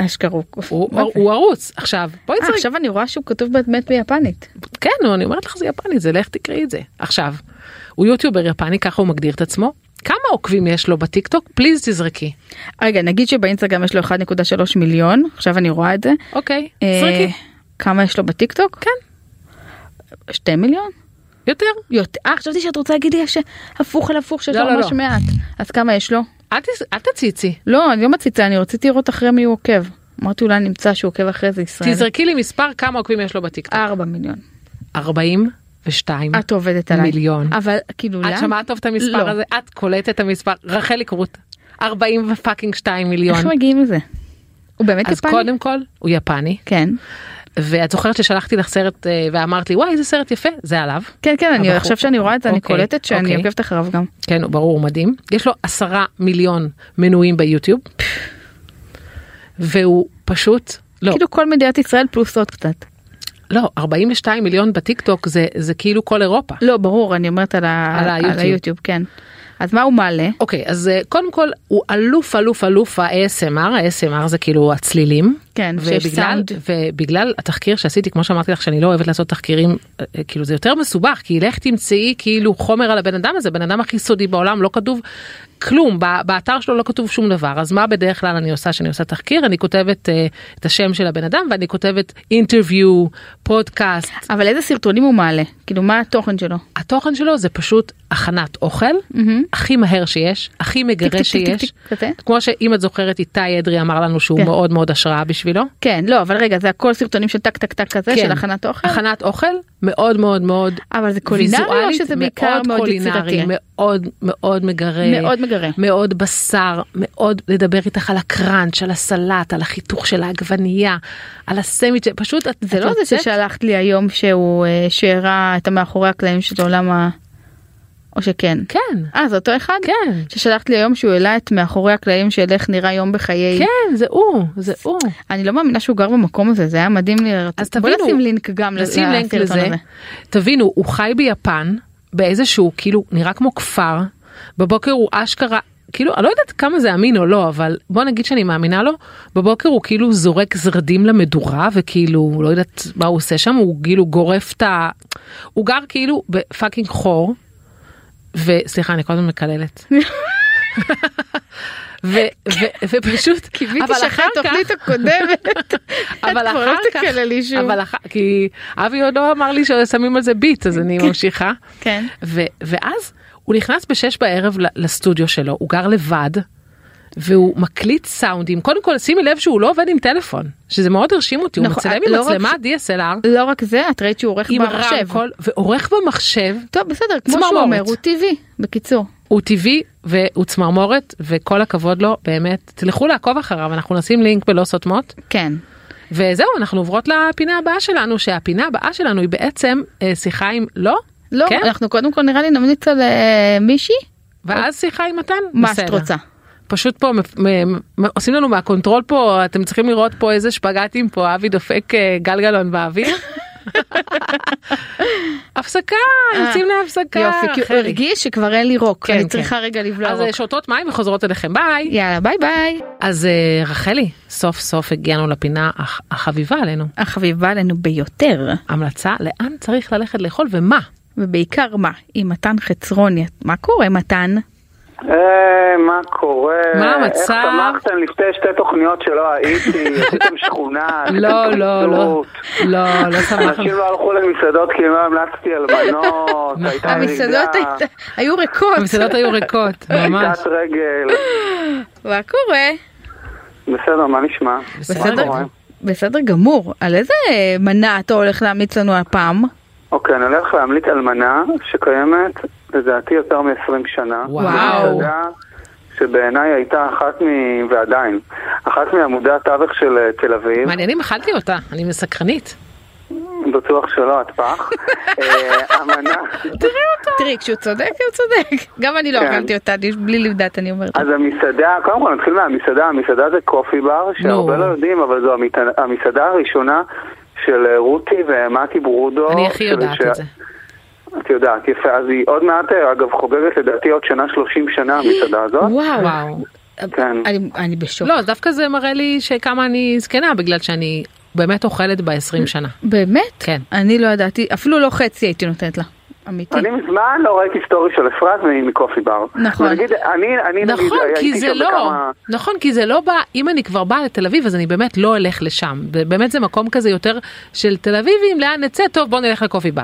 Speaker 2: אשכרו.
Speaker 3: הוא- הוא ערוץ, עכשיו בואי
Speaker 2: אוקיי. אה,
Speaker 3: צריך,
Speaker 2: עכשיו אני רואה שהוא כתוב באמת ביפנית.
Speaker 3: כן, נו, אני אומרת לך זה יפני, זה לך תקראי את זה. עכשיו, הוא יוטיובר יפני, ככה הוא מגדיר את עצמו, כמה עוקבים יש לו בטיקטוק? פליז תזרקי,
Speaker 2: רגע, נגיד שבאינסטגרם יש לו 1.3 מיליון, עכשיו אני רואה את זה.
Speaker 3: אוקיי,
Speaker 2: אה,
Speaker 3: זרקי,
Speaker 2: כמה יש לו בטיקטוק? כן. 2 מיליון?
Speaker 3: יותר.
Speaker 2: יותר. אה, חשבתי שאת רוצה להגיד לי שהפוך על הפוך, שיש
Speaker 3: לא,
Speaker 2: לו
Speaker 3: לא,
Speaker 2: ממש
Speaker 3: לא.
Speaker 2: מעט. אז כמה יש לו?
Speaker 3: אל, תס... אל תציצי,
Speaker 2: לא, אני לא מציצה, אני רציתי לראות אחרי מי הוא עוקב. אמרתי אולי נמצא שהוא עוקב אחרי זה ישראל.
Speaker 3: תזרקי לי מספר כמה עוקבים יש לו בטיקטוק.
Speaker 2: 4 מיליון.
Speaker 3: 42.
Speaker 2: את עובדת עליי.
Speaker 3: מיליון.
Speaker 2: אבל כאילו למה?
Speaker 3: את שמעת טוב את המספר
Speaker 2: לא.
Speaker 3: הזה? את קולטת את המספר? רחלי קרוט. 40 ופאקינג 2 מיליון.
Speaker 2: איך מגיעים לזה? הוא באמת
Speaker 3: אז
Speaker 2: יפני?
Speaker 3: קודם כל הוא יפני
Speaker 2: כן.
Speaker 3: ואת זוכרת ששלחתי לך סרט אה, ואמרת לי וואי איזה סרט יפה זה עליו
Speaker 2: כן, כן, אני
Speaker 3: הבחור-
Speaker 2: עכשיו שאני רואה את זה, אני
Speaker 3: אוקיי,
Speaker 2: קולטת שאני
Speaker 3: אוקיי.
Speaker 2: עוקבת אחריו גם.
Speaker 3: כן הוא ברור הוא מדהים יש לו עשרה מיליון מנויים ביוטיוב והוא פשוט לא
Speaker 2: כאילו כל מדינת ישראל פלוס עוד קצת.
Speaker 3: לא 42 מיליון בטיקטוק זה זה כאילו כל אירופה
Speaker 2: לא, ברור, אני אומרת על ה-
Speaker 3: על
Speaker 2: על
Speaker 3: היוטיוב.
Speaker 2: היוטיוב, כן. אז מה הוא מעלה?
Speaker 3: אוקיי, אז אה, קודם כל הוא אלוף אלוף אלוף ה-ASMR, ה-ASMR זה כאילו הצלילים.
Speaker 2: כן, שיש
Speaker 3: ובגלל,
Speaker 2: סאונד.
Speaker 3: ובגלל התחקיר שעשיתי, כמו שאמרתי לך שאני לא אוהבת לעשות תחקירים, אה, אה, כאילו זה יותר מסובך, כי לך תמצאי כאילו חומר על הבן אדם הזה, בן אדם הכי סודי בעולם, לא כתוב כלום, ב- באתר שלו לא כתוב שום דבר, אז מה בדרך כלל אני עושה כשאני עושה תחקיר? אני כותבת אה, את השם של הבן אדם ואני כותבת אינטרוויו, פודקאסט,
Speaker 2: אבל איזה סרטונים הוא מעלה? כאילו מה התוכן שלו?
Speaker 3: התוכן שלו זה פשוט הכנת אוכל הכי מהר שיש הכי
Speaker 2: טיק, טיק,
Speaker 3: מגרה
Speaker 2: טיק, טיק,
Speaker 3: שיש
Speaker 2: טיק, כזה?
Speaker 3: כמו שאם את זוכרת איתי אדרי אמר לנו שהוא
Speaker 2: כן.
Speaker 3: מאוד מאוד השראה בשבילו.
Speaker 2: כן, לא, אבל רגע, זה הכל סרטונים של טק טק טק כזה,
Speaker 3: כן.
Speaker 2: של הכנת אוכל?
Speaker 3: הכנת אוכל מאוד מאוד מאוד
Speaker 2: אוקיי. אבל זה קולינרי או
Speaker 3: ויזואלית,
Speaker 2: שזה בעיקר מאוד
Speaker 3: קולינרי,
Speaker 2: יצירתי?
Speaker 3: מאוד מאוד מגרה,
Speaker 2: מאוד מגרה.
Speaker 3: מאוד בשר, מאוד לדבר איתך על הקראנץ', על הסלט, על החיתוך של העגבנייה, על הסמיץ', פשוט את
Speaker 2: זה
Speaker 3: את
Speaker 2: לא זה
Speaker 3: יוצאת-
Speaker 2: ששלחת לי היום שהוא אה, שהראה את המאחורי הקלעים של עולם ה... או שכן.
Speaker 3: כן,
Speaker 2: אה, זה אותו אחד?
Speaker 3: כן,
Speaker 2: ששלחת לי היום שהוא העלה את מאחורי הקלעים של איך נראה יום בחיי.
Speaker 3: כן, זה הוא, זה הוא.
Speaker 2: אני לא מאמינה שהוא גר במקום הזה, זה היה מדהים לראות.
Speaker 3: אז
Speaker 2: בוא
Speaker 3: תבינו,
Speaker 2: נשים לינק גם
Speaker 3: נשים לינק
Speaker 2: לסרטון
Speaker 3: לזה.
Speaker 2: הזה.
Speaker 3: תבינו, הוא חי ביפן, באיזשהו, כאילו, נראה כמו כפר, בבוקר הוא אשכרה, כאילו, אני לא יודעת כמה זה אמין או לא, אבל בוא נגיד שאני מאמינה לו, בבוקר הוא כאילו זורק זרדים למדורה, וכאילו, לא יודעת מה הוא עושה שם, הוא כאילו גורף את ה... הוא גר כאילו בפאקינג חור, וסליחה, אני כל הזמן מקללת. ו- ו- ופשוט,
Speaker 2: קיוויתי
Speaker 3: אבל
Speaker 2: שאחרי
Speaker 3: אחר כך-
Speaker 2: התוכנית הקודמת,
Speaker 3: אבל
Speaker 2: את כבר
Speaker 3: אחר
Speaker 2: לא
Speaker 3: כך,
Speaker 2: תקללי שוב.
Speaker 3: אבל אחר, כי אבי עוד לא אמר לי ששמים על זה ביט, אז אני ממשיכה.
Speaker 2: כן.
Speaker 3: ו, ואז הוא נכנס בשש בערב ל- לסטודיו שלו, הוא גר לבד, והוא מקליט סאונדים. קודם כל, שימי לב שהוא לא עובד עם טלפון, שזה מאוד הרשים אותי, הוא
Speaker 2: נכון,
Speaker 3: מצלם
Speaker 2: לא
Speaker 3: עם
Speaker 2: רק
Speaker 3: מצלמה
Speaker 2: ש-
Speaker 3: DSLR,
Speaker 2: לא רק זה, את ראית שהוא עורך
Speaker 3: עם
Speaker 2: במחשב.
Speaker 3: רמקול, ועורך במחשב,
Speaker 2: טוב, בסדר, כמו
Speaker 3: צמרמורת.
Speaker 2: שהוא אומר, הוא טבעי, בקיצור.
Speaker 3: הוא טבעי והוא צמרמורת, וכל הכבוד לו, באמת. תלכו לעקוב אחריו, אנחנו נשים לינק בלא סותמות.
Speaker 2: כן.
Speaker 3: וזהו, אנחנו עוברות לפינה הבאה שלנו, שהפינה הבאה שלנו היא בעצם אה, שיחה עם לא,
Speaker 2: לא,
Speaker 3: כן?
Speaker 2: אנחנו קודם כל נראה לי נמליץ על אה, מישהי,
Speaker 3: ואז שיחה עם מתן.
Speaker 2: מה
Speaker 3: בסדר.
Speaker 2: שאת רוצה.
Speaker 3: פשוט פה מ- מ- מ- עושים לנו מהקונטרול פה, אתם צריכים לראות פה איזה שפגטים פה, אבי דופק אה, גלגלון באוויר. הפסקה, יוצאים להפסקה.
Speaker 2: אה, יופי, כי הוא
Speaker 3: חרי.
Speaker 2: הרגיש שכבר אין לי רוק,
Speaker 3: כן,
Speaker 2: אני
Speaker 3: כן.
Speaker 2: צריכה רגע לבלוע
Speaker 3: אז אה,
Speaker 2: רוק.
Speaker 3: שותות מים וחוזרות אליכם, ביי.
Speaker 2: יאללה, ביי ביי.
Speaker 3: אז אה, רחלי, סוף סוף הגענו לפינה הח- החביבה עלינו.
Speaker 2: החביבה עלינו ביותר,
Speaker 3: המלצה לאן צריך ללכת לאכול ומה.
Speaker 2: ובעיקר מה, עם מתן חצרוני, מה קורה מתן?
Speaker 1: היי, מה קורה?
Speaker 3: מה המצב?
Speaker 1: איך שמחתם לפני שתי תוכניות שלא הייתי? עשיתם שכונה? עשיתם
Speaker 3: לא, לא, לא,
Speaker 1: פרצות.
Speaker 3: לא, לא שמחנו.
Speaker 1: אנשים לא הלכו למסעדות כי לא המלצתי על מנות, הייתה
Speaker 2: המסעדות
Speaker 1: ירידה,
Speaker 2: היית- היו ריקות.
Speaker 3: המסעדות היו ריקות, ממש.
Speaker 1: פשיטת רגל.
Speaker 2: מה קורה?
Speaker 1: בסדר, מה נשמע?
Speaker 2: בסדר?
Speaker 1: מה קורה?
Speaker 2: בסדר גמור. על איזה מנה אתה הולך להמיץ לנו הפעם?
Speaker 1: אוקיי, אני הולך להמליץ על מנה שקיימת לדעתי יותר מ-20 שנה.
Speaker 3: וואו.
Speaker 1: מסעדה שבעיניי הייתה אחת מ... ועדיין, אחת מעמודי התווך של אה, תל אביב.
Speaker 3: מעניין אם אכלתי אותה, אני מסקרנית.
Speaker 1: בטוח שלא, את פח. אה, המנה...
Speaker 2: תראי, כשהוא צודק, הוא צודק. גם אני לא
Speaker 1: כן.
Speaker 2: אכלתי אותה, אני- בלי לבדת אני אומרת.
Speaker 1: אז המסעדה, קודם כל נתחיל מהמסעדה, המסעדה זה קופי בר, שהרבה
Speaker 3: נו.
Speaker 1: לא יודעים, אבל זו המת- המסעדה הראשונה של אה, רותי ומתי ברודו.
Speaker 3: אני הכי יודעת
Speaker 1: לא, ש-
Speaker 3: את זה.
Speaker 1: את יודעת, יפה. אז היא עוד מעט, אה, אגב, חוגגת לדעתי עוד שנה 30 שנה, המסעדה הזאת.
Speaker 3: וואו.
Speaker 1: כן.
Speaker 2: אני- אני בשוק.
Speaker 3: לא, אז דווקא זה מראה לי שכמה אני זקנה, בגלל שאני באמת אוכלת ב-20 שנה.
Speaker 2: באמת?
Speaker 3: כן.
Speaker 2: אני לא ידעתי, אפילו לא חצי הייתי נותנת לה. אמיתי.
Speaker 1: אני מזמן לא ראיתי סטורי של אפרת והיא מקופי בר.
Speaker 2: נכון.
Speaker 1: ונגיד, אני, אני נגיד,
Speaker 3: נכון,
Speaker 1: הייתי
Speaker 3: כי זה
Speaker 1: שם
Speaker 3: לא,
Speaker 1: בכמה...
Speaker 3: נכון, כי זה לא בא, אם אני כבר באה לתל אביב, אז אני באמת לא אלך לשם. באמת זה מקום כזה יותר של תל אביבים, לאן נצא, טוב, בוא נלך לקופי בר.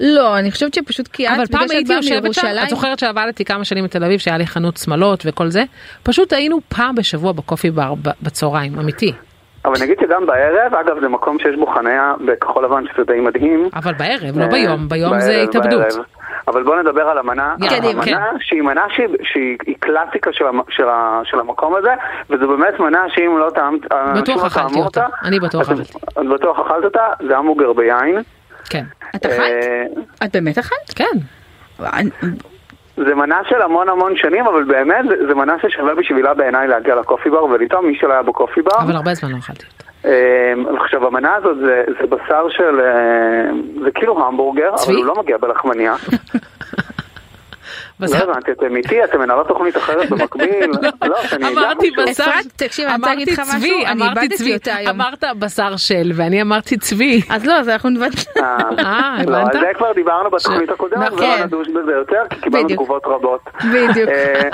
Speaker 2: לא, אני חושבת שפשוט כי את,
Speaker 3: אבל
Speaker 2: בגלל
Speaker 3: פעם
Speaker 2: שאת
Speaker 3: הייתי
Speaker 2: באה
Speaker 3: יושבת שם,
Speaker 2: מירושלים-
Speaker 3: את זוכרת שעבדתי כמה שנים בתל אביב, שהיה לי חנות שמלות וכל זה? פשוט היינו פעם בשבוע בקופי בר ב- בצהריים, אמיתי.
Speaker 1: אבל נגיד שגם בערב, אגב, זה מקום שיש בו חניה בכחול לבן, שזה די מדהים.
Speaker 3: אבל בערב, לא
Speaker 1: אה,
Speaker 3: ביום, ביום זה
Speaker 1: בערב,
Speaker 3: התאבדות.
Speaker 1: בערב. אבל בואו נדבר על המנה,
Speaker 3: יאללה,
Speaker 1: המנה
Speaker 3: כן.
Speaker 1: שהיא מנה שהיא- שהיא היא קלאסיקה של, המ- של, ה- של המקום הזה, וזו באמת מנה שאם לא טעמת, אנשים לא
Speaker 3: אכלתי
Speaker 1: טעמו
Speaker 3: אותה. אני בטוח
Speaker 1: אז-
Speaker 3: אכלתי.
Speaker 1: את בטוח אכלת אותה, זה המבורגר ביין.
Speaker 3: כן,
Speaker 2: את אכלת?
Speaker 1: אה,
Speaker 2: את באמת אכלת?
Speaker 3: כן.
Speaker 1: זה מנה של המון המון שנים, אבל באמת זה- זה מנה ששווה בשבילה בעיניי להגיע לקופי בר ולטעום מי שלא היה בקופי בר.
Speaker 3: אבל הרבה זמן לא אכלתי אותה.
Speaker 1: אמ, עכשיו, המנה הזאת זה, זה בשר של... אמ, זה כאילו המבורגר,
Speaker 3: צבי?
Speaker 1: אבל הוא לא מגיע בלחמניה. לא
Speaker 3: בשר-
Speaker 1: הבנתי, אתם איתי, אתם מנהלות תוכנית אחרת במקביל. לא, שאני אדע.
Speaker 3: אמרתי
Speaker 1: משהו.
Speaker 3: בשר,
Speaker 2: אפרת, תקשיב, אני רוצה
Speaker 3: אמרתי
Speaker 2: להגיד לך משהו,
Speaker 3: צבי,
Speaker 2: אני
Speaker 3: אמרתי
Speaker 2: איבדתי
Speaker 3: צבי.
Speaker 2: אותה היום.
Speaker 3: אמרת בשר של ואני אמרתי צבי.
Speaker 2: אז לא, אז אנחנו נבד...
Speaker 1: אה,
Speaker 3: אה,
Speaker 1: לא,
Speaker 3: הבנת?
Speaker 1: על זה כבר דיברנו בתוכנית
Speaker 3: ש-
Speaker 1: הקודמת,
Speaker 3: נכון.
Speaker 1: ולא נדוש בזה יותר, כי קיבלנו
Speaker 2: בדיוק.
Speaker 1: תגובות רבות.
Speaker 2: בדיוק.
Speaker 1: אה,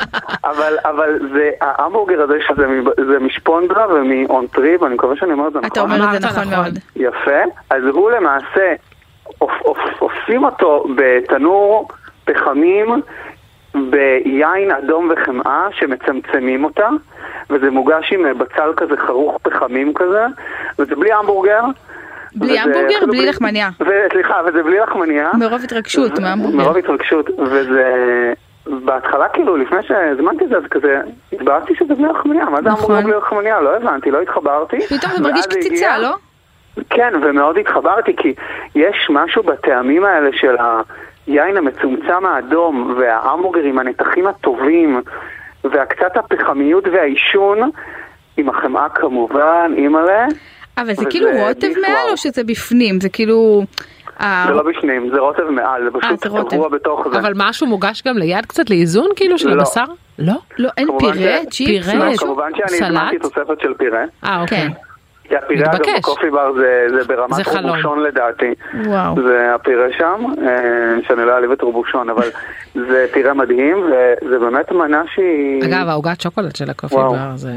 Speaker 1: אבל, אבל זה, ההמבורגר הזה שזה מ- זה משפונדרה ומאונטרי, ואני מקווה שאני אומר את זה נכון.
Speaker 2: אתה אומר את
Speaker 3: אמרת
Speaker 2: זה נכון
Speaker 3: נכון.
Speaker 2: מאוד.
Speaker 1: יפה, אז הוא למעשה, עופ- עופ- עופים אותו בתנור פחמים ביין אדום וחמאה שמצמצמים אותה, וזה מוגש עם אה, בצל כזה חרוך פחמים כזה, וזה בלי המבורגר.
Speaker 2: בלי
Speaker 1: וזה-
Speaker 2: המבורגר,
Speaker 1: אפילו
Speaker 2: בלי לחמניה.
Speaker 1: ו- סליחה, וזה בלי לחמניה.
Speaker 2: מרוב התרגשות
Speaker 1: ו-
Speaker 2: מההמבורגר.
Speaker 1: מרוב התרגשות, וזה... בהתחלה כאילו, לפני שהזמנתי את זה, אז כזה, התבאסתי שזה בלי לחמניה, מה זה
Speaker 2: נכון.
Speaker 1: המבורגר בלי לחמניה? לא הבנתי, לא התחברתי.
Speaker 2: פתאום זה מרגיש
Speaker 1: ואז הגיע-
Speaker 2: קציצה, לא?
Speaker 1: כן, ומאוד התחברתי, כי יש משהו בטעמים האלה של היין המצומצם האדום וההמבורגר עם הנתחים הטובים והקצת הפחמיות והעישון, עם החמאה כמובן, אימא'לה,
Speaker 2: אבל זה
Speaker 1: וזה
Speaker 2: כאילו רוטב
Speaker 1: ביפואר.
Speaker 2: מעל או שזה בפנים? זה כאילו... אה,
Speaker 1: זה לא בפנים, זה רוטב מעל, זה פשוט
Speaker 2: זה רוטב.
Speaker 1: טבוע בתוך זה.
Speaker 3: אבל משהו מוגש גם ליד קצת לאיזון כאילו של
Speaker 1: לא.
Speaker 3: הבשר? לא?
Speaker 2: לא, אין
Speaker 1: כמובן
Speaker 2: פירה,
Speaker 1: ש-
Speaker 2: צ'יפס,
Speaker 3: פירה,
Speaker 1: לא,
Speaker 3: יש?
Speaker 2: משהו?
Speaker 1: כמובן שאני הזמנתי
Speaker 3: סלט?
Speaker 1: תוספת של פירה.
Speaker 3: אה אוקיי.
Speaker 2: כן.
Speaker 1: כי הפירה אגב
Speaker 3: מתבקש.
Speaker 1: בקופי בר זה, זה
Speaker 3: זה
Speaker 1: ברמת
Speaker 3: חלום.
Speaker 1: רובושון לדעתי.
Speaker 2: וואו.
Speaker 1: זה הפירה שם, אה, שאני לא אעליב את רובושון, אבל זה פירה מדהים, וזה באמת מנה שהיא... לא,
Speaker 3: אגב העוגת שוקולד של הקופי
Speaker 1: וואו.
Speaker 3: בר זה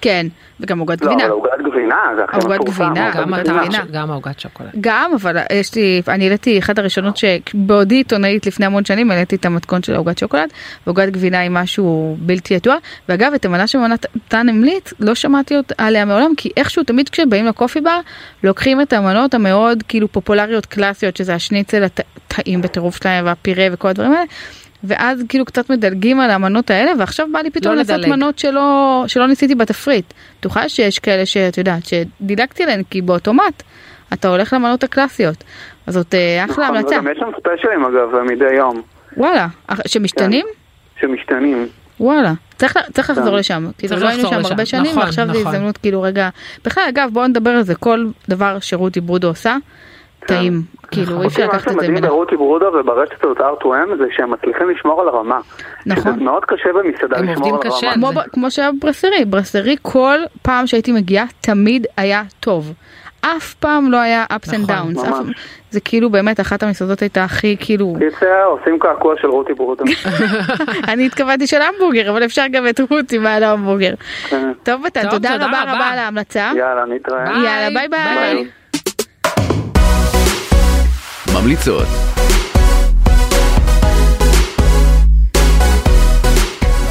Speaker 2: כן, וגם עוגת
Speaker 1: לא,
Speaker 2: גבינה.
Speaker 1: אבל עוגת גבינה, זה הכי
Speaker 2: עוגת
Speaker 1: מפורסם.
Speaker 2: גבינה,
Speaker 1: עוגת
Speaker 3: גם
Speaker 2: אני
Speaker 3: הטעם
Speaker 2: מבינה.
Speaker 3: ש- גם העוגת שוקולד.
Speaker 2: גם, אבל אה, יש לי, אני העליתי אחת הראשונות שבעודי עיתונאית לפני המון שנים, העליתי את המתכון של עוגת שוקולד, ועוגת גבינה היא משהו בלתי ידוע, ואגב, את המנה שמתן המליץ, לא שמעתי אות- עליה מעולם, כי איכשהו תמיד כשבאים לקופי בר, לוקחים את המנות המאוד כאילו פופולריות קלאסיות, שזה השניצל הטעים בטירוף שלהם, והפירה וכל הדברים האלה. ואז כאילו קצת מדלגים על המנות האלה ועכשיו בא לי פתאום
Speaker 3: לא
Speaker 2: לעשות
Speaker 3: לדלג.
Speaker 2: מנות שלא, שלא ניסיתי בתפריט. בטוחה שיש כאלה שאת יודעת שדילגתי עליהן כי באוטומט אתה הולך למנות הקלאסיות. אז זאת אה,
Speaker 1: נכון,
Speaker 2: אחלה המלצה.
Speaker 1: וגם יש שם ספיישלים אגב, מדי יום,
Speaker 2: וואלה, אח- שמשתנים?
Speaker 1: שמשתנים.
Speaker 2: וואלה. צריך, ל- צריך לחזור
Speaker 1: כן.
Speaker 2: לשם, כאילו
Speaker 3: צריך
Speaker 2: לא היינו
Speaker 3: לחזור
Speaker 2: שם
Speaker 3: לשם.
Speaker 2: הרבה שנים
Speaker 3: נכון,
Speaker 2: ועכשיו זו
Speaker 3: נכון.
Speaker 2: הזדמנות כאילו רגע, בכלל אגב בואו נדבר על זה, כל דבר שרותי ברודו עושה,
Speaker 1: כן.
Speaker 2: טעים, כאילו אי אפשר
Speaker 1: מה
Speaker 2: לקחת את זה
Speaker 1: שמדהים
Speaker 2: ממנה,
Speaker 1: ברותי ברודה וברשתות R2M זה שהם מצליחים לשמור על הרמה.
Speaker 2: נכון.
Speaker 1: שזה מאוד קשה במסעדה
Speaker 3: הם
Speaker 1: לשמור
Speaker 3: עובדים
Speaker 1: על
Speaker 3: קשה.
Speaker 1: הרמה.
Speaker 2: כמו, ב, כמו שהיה ברסרי, ברסרי כל פעם שהייתי מגיעה תמיד היה טוב. אף פעם לא היה ups and
Speaker 3: נכון,
Speaker 2: downs, אף,
Speaker 1: ממש.
Speaker 2: זה כאילו באמת אחת המסעדות הייתה הכי כאילו,
Speaker 1: קיצר, עושים קעקוע של רותי ברודה.
Speaker 2: אה? אני התכוונתי של המבורגר אבל אפשר גם את רותי מעל ההמבורגר.
Speaker 1: כן.
Speaker 2: טוב מתן,
Speaker 3: טוב,
Speaker 2: תודה
Speaker 3: תודה
Speaker 2: רבה
Speaker 3: רבה.
Speaker 2: רבה על ההמלצה.
Speaker 1: יאללה, נתראה.
Speaker 2: יאללה, ביי ביי.
Speaker 1: ביי.
Speaker 4: ממליצות.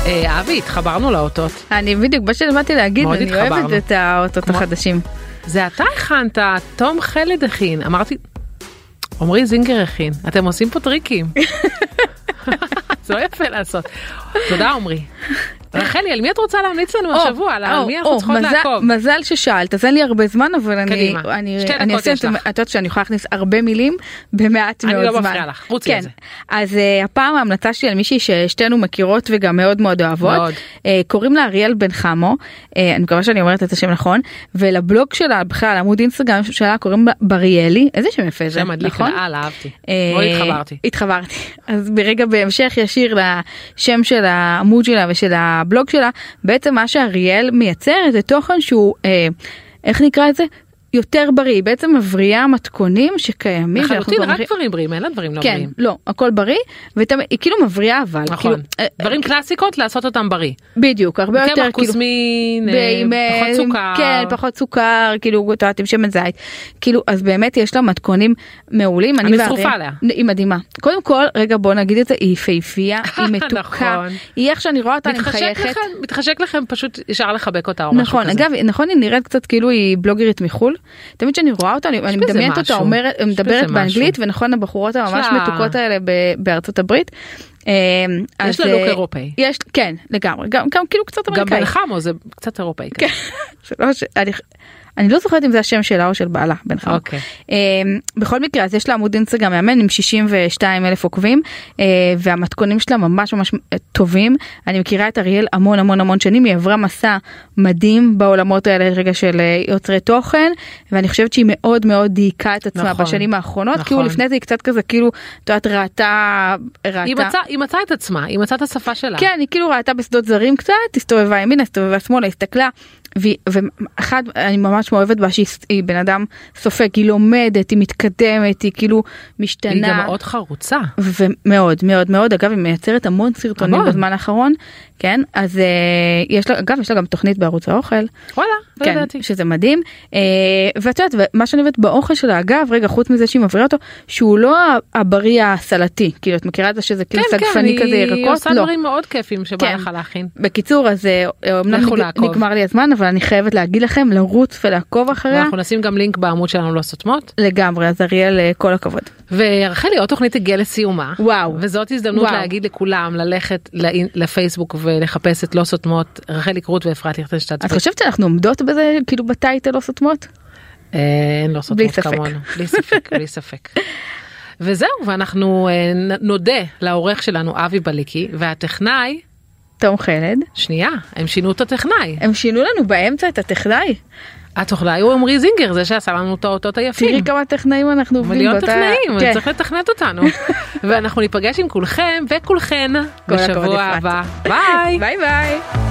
Speaker 3: אה, אבי התחברנו לאותות.
Speaker 2: אני בדיוק, מה שבאתי להגיד,
Speaker 3: מאוד
Speaker 2: אני אוהבת
Speaker 3: התחברנו.
Speaker 2: את האותות
Speaker 3: כמו-
Speaker 2: החדשים.
Speaker 3: זה אתה הכנת, תום חלד הכין. אמרתי, עמרי זינגר הכין, אתם עושים פה טריקים. זה לא יפה לעשות. תודה עמרי. רחלי, על מי את רוצה להמליץ לנו השבוע? על
Speaker 2: או,
Speaker 3: מי
Speaker 2: או,
Speaker 3: אנחנו צריכות
Speaker 2: מזל-
Speaker 3: לעקוב?
Speaker 2: מזל ששאלת, אז אין לי הרבה זמן, אבל אני
Speaker 3: קדימה.
Speaker 2: אני-
Speaker 3: שתי
Speaker 2: אני
Speaker 3: דקות
Speaker 2: אעשה את
Speaker 3: יש
Speaker 2: זה,
Speaker 3: לך.
Speaker 2: את יודעת שאני יכולה להכניס הרבה מילים במעט
Speaker 3: אני
Speaker 2: מאוד זמן.
Speaker 3: לא מפריעה לך, רוצי
Speaker 2: כן.
Speaker 3: על זה.
Speaker 2: אז אה, הפעם ההמלצה שלי על מישהי ששתינו מכירות וגם מאוד מאוד אוהבות,
Speaker 3: מאוד.
Speaker 2: אה, קוראים לה אריאל בן חמו, אה, אני מקווה שאני אומרת את השם נכון, ולבלוג שלה, בכלל עמוד אינסטגרם שלה קוראים לה בריאלי, איזה שם יפה זה,
Speaker 3: שם מדליק
Speaker 2: נכון?
Speaker 3: לאללה, אהבתי.
Speaker 2: אה,
Speaker 3: מאוד לא התחברתי.
Speaker 2: התחברתי. אז ברגע בהמשך ישיר לשם של העמוד שלה ושל הבלוג שלה, בעצם מה שאריאל מייצרת זה תוכן שהוא, אה, איך נקרא את זה? יותר בריא, היא בעצם מבריאה מתכונים שקיימים. שאנחנו
Speaker 3: לחלוטין
Speaker 2: כבר
Speaker 3: רק
Speaker 2: מכיר-
Speaker 3: דברים בריאים, אין לה דברים לא
Speaker 2: כן,
Speaker 3: בריאים.
Speaker 2: לא, הכל בריא, ותמיד, היא כאילו מבריאה אבל,
Speaker 3: נכון.
Speaker 2: כאילו, אה,
Speaker 3: דברים כן, קלאסיקות, לעשות אותם בריא.
Speaker 2: בדיוק, הרבה יותר,
Speaker 3: קמח
Speaker 2: כאילו,
Speaker 3: כוסמין, אה,
Speaker 2: ועם,
Speaker 3: פחות
Speaker 2: אה,
Speaker 3: סוכר.
Speaker 2: כן, פחות סוכר, כאילו, את יודעת, עם שמן זית. כאילו, אז באמת יש לה מתכונים מעולים.
Speaker 3: אני שרופה
Speaker 2: והרי-
Speaker 3: עליה.
Speaker 2: היא מדהימה. קודם כל, רגע, בוא נגיד את זה, היא יפהפייה, היא מתוקה.
Speaker 3: נכון.
Speaker 2: היא איך שאני רואה אותה, אני
Speaker 3: מתחשק
Speaker 2: מחייכת.
Speaker 3: לכם- מתחשק לכם, פשוט ישר לחבק אותה או משהו
Speaker 2: נכון,
Speaker 3: כזה.
Speaker 2: אגב, נכון, היא נראית קצת כאילו היא בלוגרית מחול. תמיד כשאני רואה אותה, אני אני
Speaker 3: בזה
Speaker 2: מדמיינת אותה
Speaker 3: משהו.
Speaker 2: אומרת,
Speaker 3: יש בזה
Speaker 2: מדברת
Speaker 3: משהו.
Speaker 2: באנגלית, ונכון, הבחורות הממש
Speaker 3: יש לה-
Speaker 2: מתוקות האלה ב- בארצות הברית. אה, אז,
Speaker 3: לה לוק
Speaker 2: אה,
Speaker 3: אירופאי.
Speaker 2: יש, כן, לגמרי, גם גם כאילו קצת
Speaker 3: גם
Speaker 2: אמריקאי. כן.
Speaker 3: בן חמו זה קצת אירופאי. כזה.
Speaker 2: שלא ש... אני... אני לא זוכרת אם זה השם שלה או של בעלה, בן חמו.
Speaker 3: אוקיי.
Speaker 2: אמ, בכל מקרה, אז יש לה עמוד אינסטגרם מאמן עם 62 אלף עוקבים, אה, והמתכונים שלה ממש ממש אה, טובים. אני מכירה את אריאל המון המון המון שנים, היא עברה מסע מדהים בעולמות האלה רגע של אה, יוצרי תוכן, ואני חושבת שהיא מאוד מאוד דייקה את עצמה
Speaker 3: נכון.
Speaker 2: בשנים האחרונות,
Speaker 3: נכון.
Speaker 2: כאילו לפני זה היא קצת כזה כאילו, את יודעת, ראתה, ראתה.
Speaker 3: היא מצאה- היא מצאה את עצמה, היא מצאה את השפה שלה.
Speaker 2: כן, היא כאילו ראתה בשדות זרים קצת, הסתובבה ימינה, הסתובבה שמאלה, הסתכלה. והיא- ואחד, אני ממש מאוהבת בה שהיא היא בן אדם סופג, היא לומדת, היא מתקדמת, היא כאילו
Speaker 3: היא גם
Speaker 2: משתנה.
Speaker 3: מאוד חרוצה.
Speaker 2: ומאוד מאוד מאוד אגב היא מייצרת המון סרטונים בזמן האחרון, כן, אז אה, יש לה, אגב, יש לה גם תוכנית בערוץ האוכל,
Speaker 3: וואלה, לא
Speaker 2: כן,
Speaker 3: ידעתי.
Speaker 2: שזה מדהים, אה, ואת יודעת, מה שאני אוהבת באוכל שלה, אגב, רגע, חוץ מזה שהיא מבריאה אותו, שהוא לא הבריא הסלטי, כאילו, את מכירה את זה שזה כאילו סגפני כזה
Speaker 3: כן, היא
Speaker 2: ירקות?
Speaker 3: עושה
Speaker 2: לא.
Speaker 3: דברים מאוד כיפים שבא
Speaker 2: כן.
Speaker 3: לך להכין.
Speaker 2: בקיצור, אז אה, אומנם
Speaker 3: לכו
Speaker 2: נג-
Speaker 3: לעקוב.
Speaker 2: נגמר לי הזמן, אבל אני חייבת להגיד לכם, לרוץ ולעקוב אחריה,
Speaker 3: אנחנו נשים גם לינק בעמוד שלנו לא סותמות.
Speaker 2: לגמרי, אז אריאל, אה, כל הכבוד.
Speaker 3: ורחלי, עוד תוכנית הגיעה לסיומה.
Speaker 2: וואו.
Speaker 3: וזאת הזדמנות
Speaker 2: וואו.
Speaker 3: להגיד לכולם ללכת לאינ- לפייסבוק ולחפש את לא סותמות, רחלי קרוט ואפרת ליכטנשטט.
Speaker 2: את חושבת שאנחנו עומדות בזה, כאילו, בטייטל לא סותמות?
Speaker 3: אה, אין לא
Speaker 2: בלי
Speaker 3: סותמות
Speaker 2: ספק.
Speaker 3: כמונו. בלי ספק, בלי ספק. וזהו, ואנחנו אה, נ- נודה לעורך שלנו אבי בליקי, והטכנאי,
Speaker 2: תום חלד,
Speaker 3: שנייה, הם שינו את הטכנאי.
Speaker 2: הם שינו לנו באמצע את הטכנאי.
Speaker 3: כן. הטכנאי הוא עמרי זינגר, זה שעשה לנו את האותות היפים.
Speaker 2: תראי כמה טכנאים אנחנו עובדים
Speaker 3: מיליון
Speaker 2: באותה-
Speaker 3: טכנאים,
Speaker 2: כן.
Speaker 3: צריך לתכנת אותנו. ואנחנו ניפגש עם כולכם וכולכן
Speaker 2: כל הכבוד, אפרת.
Speaker 3: בשבוע הבא. ביי.
Speaker 2: ביי ביי.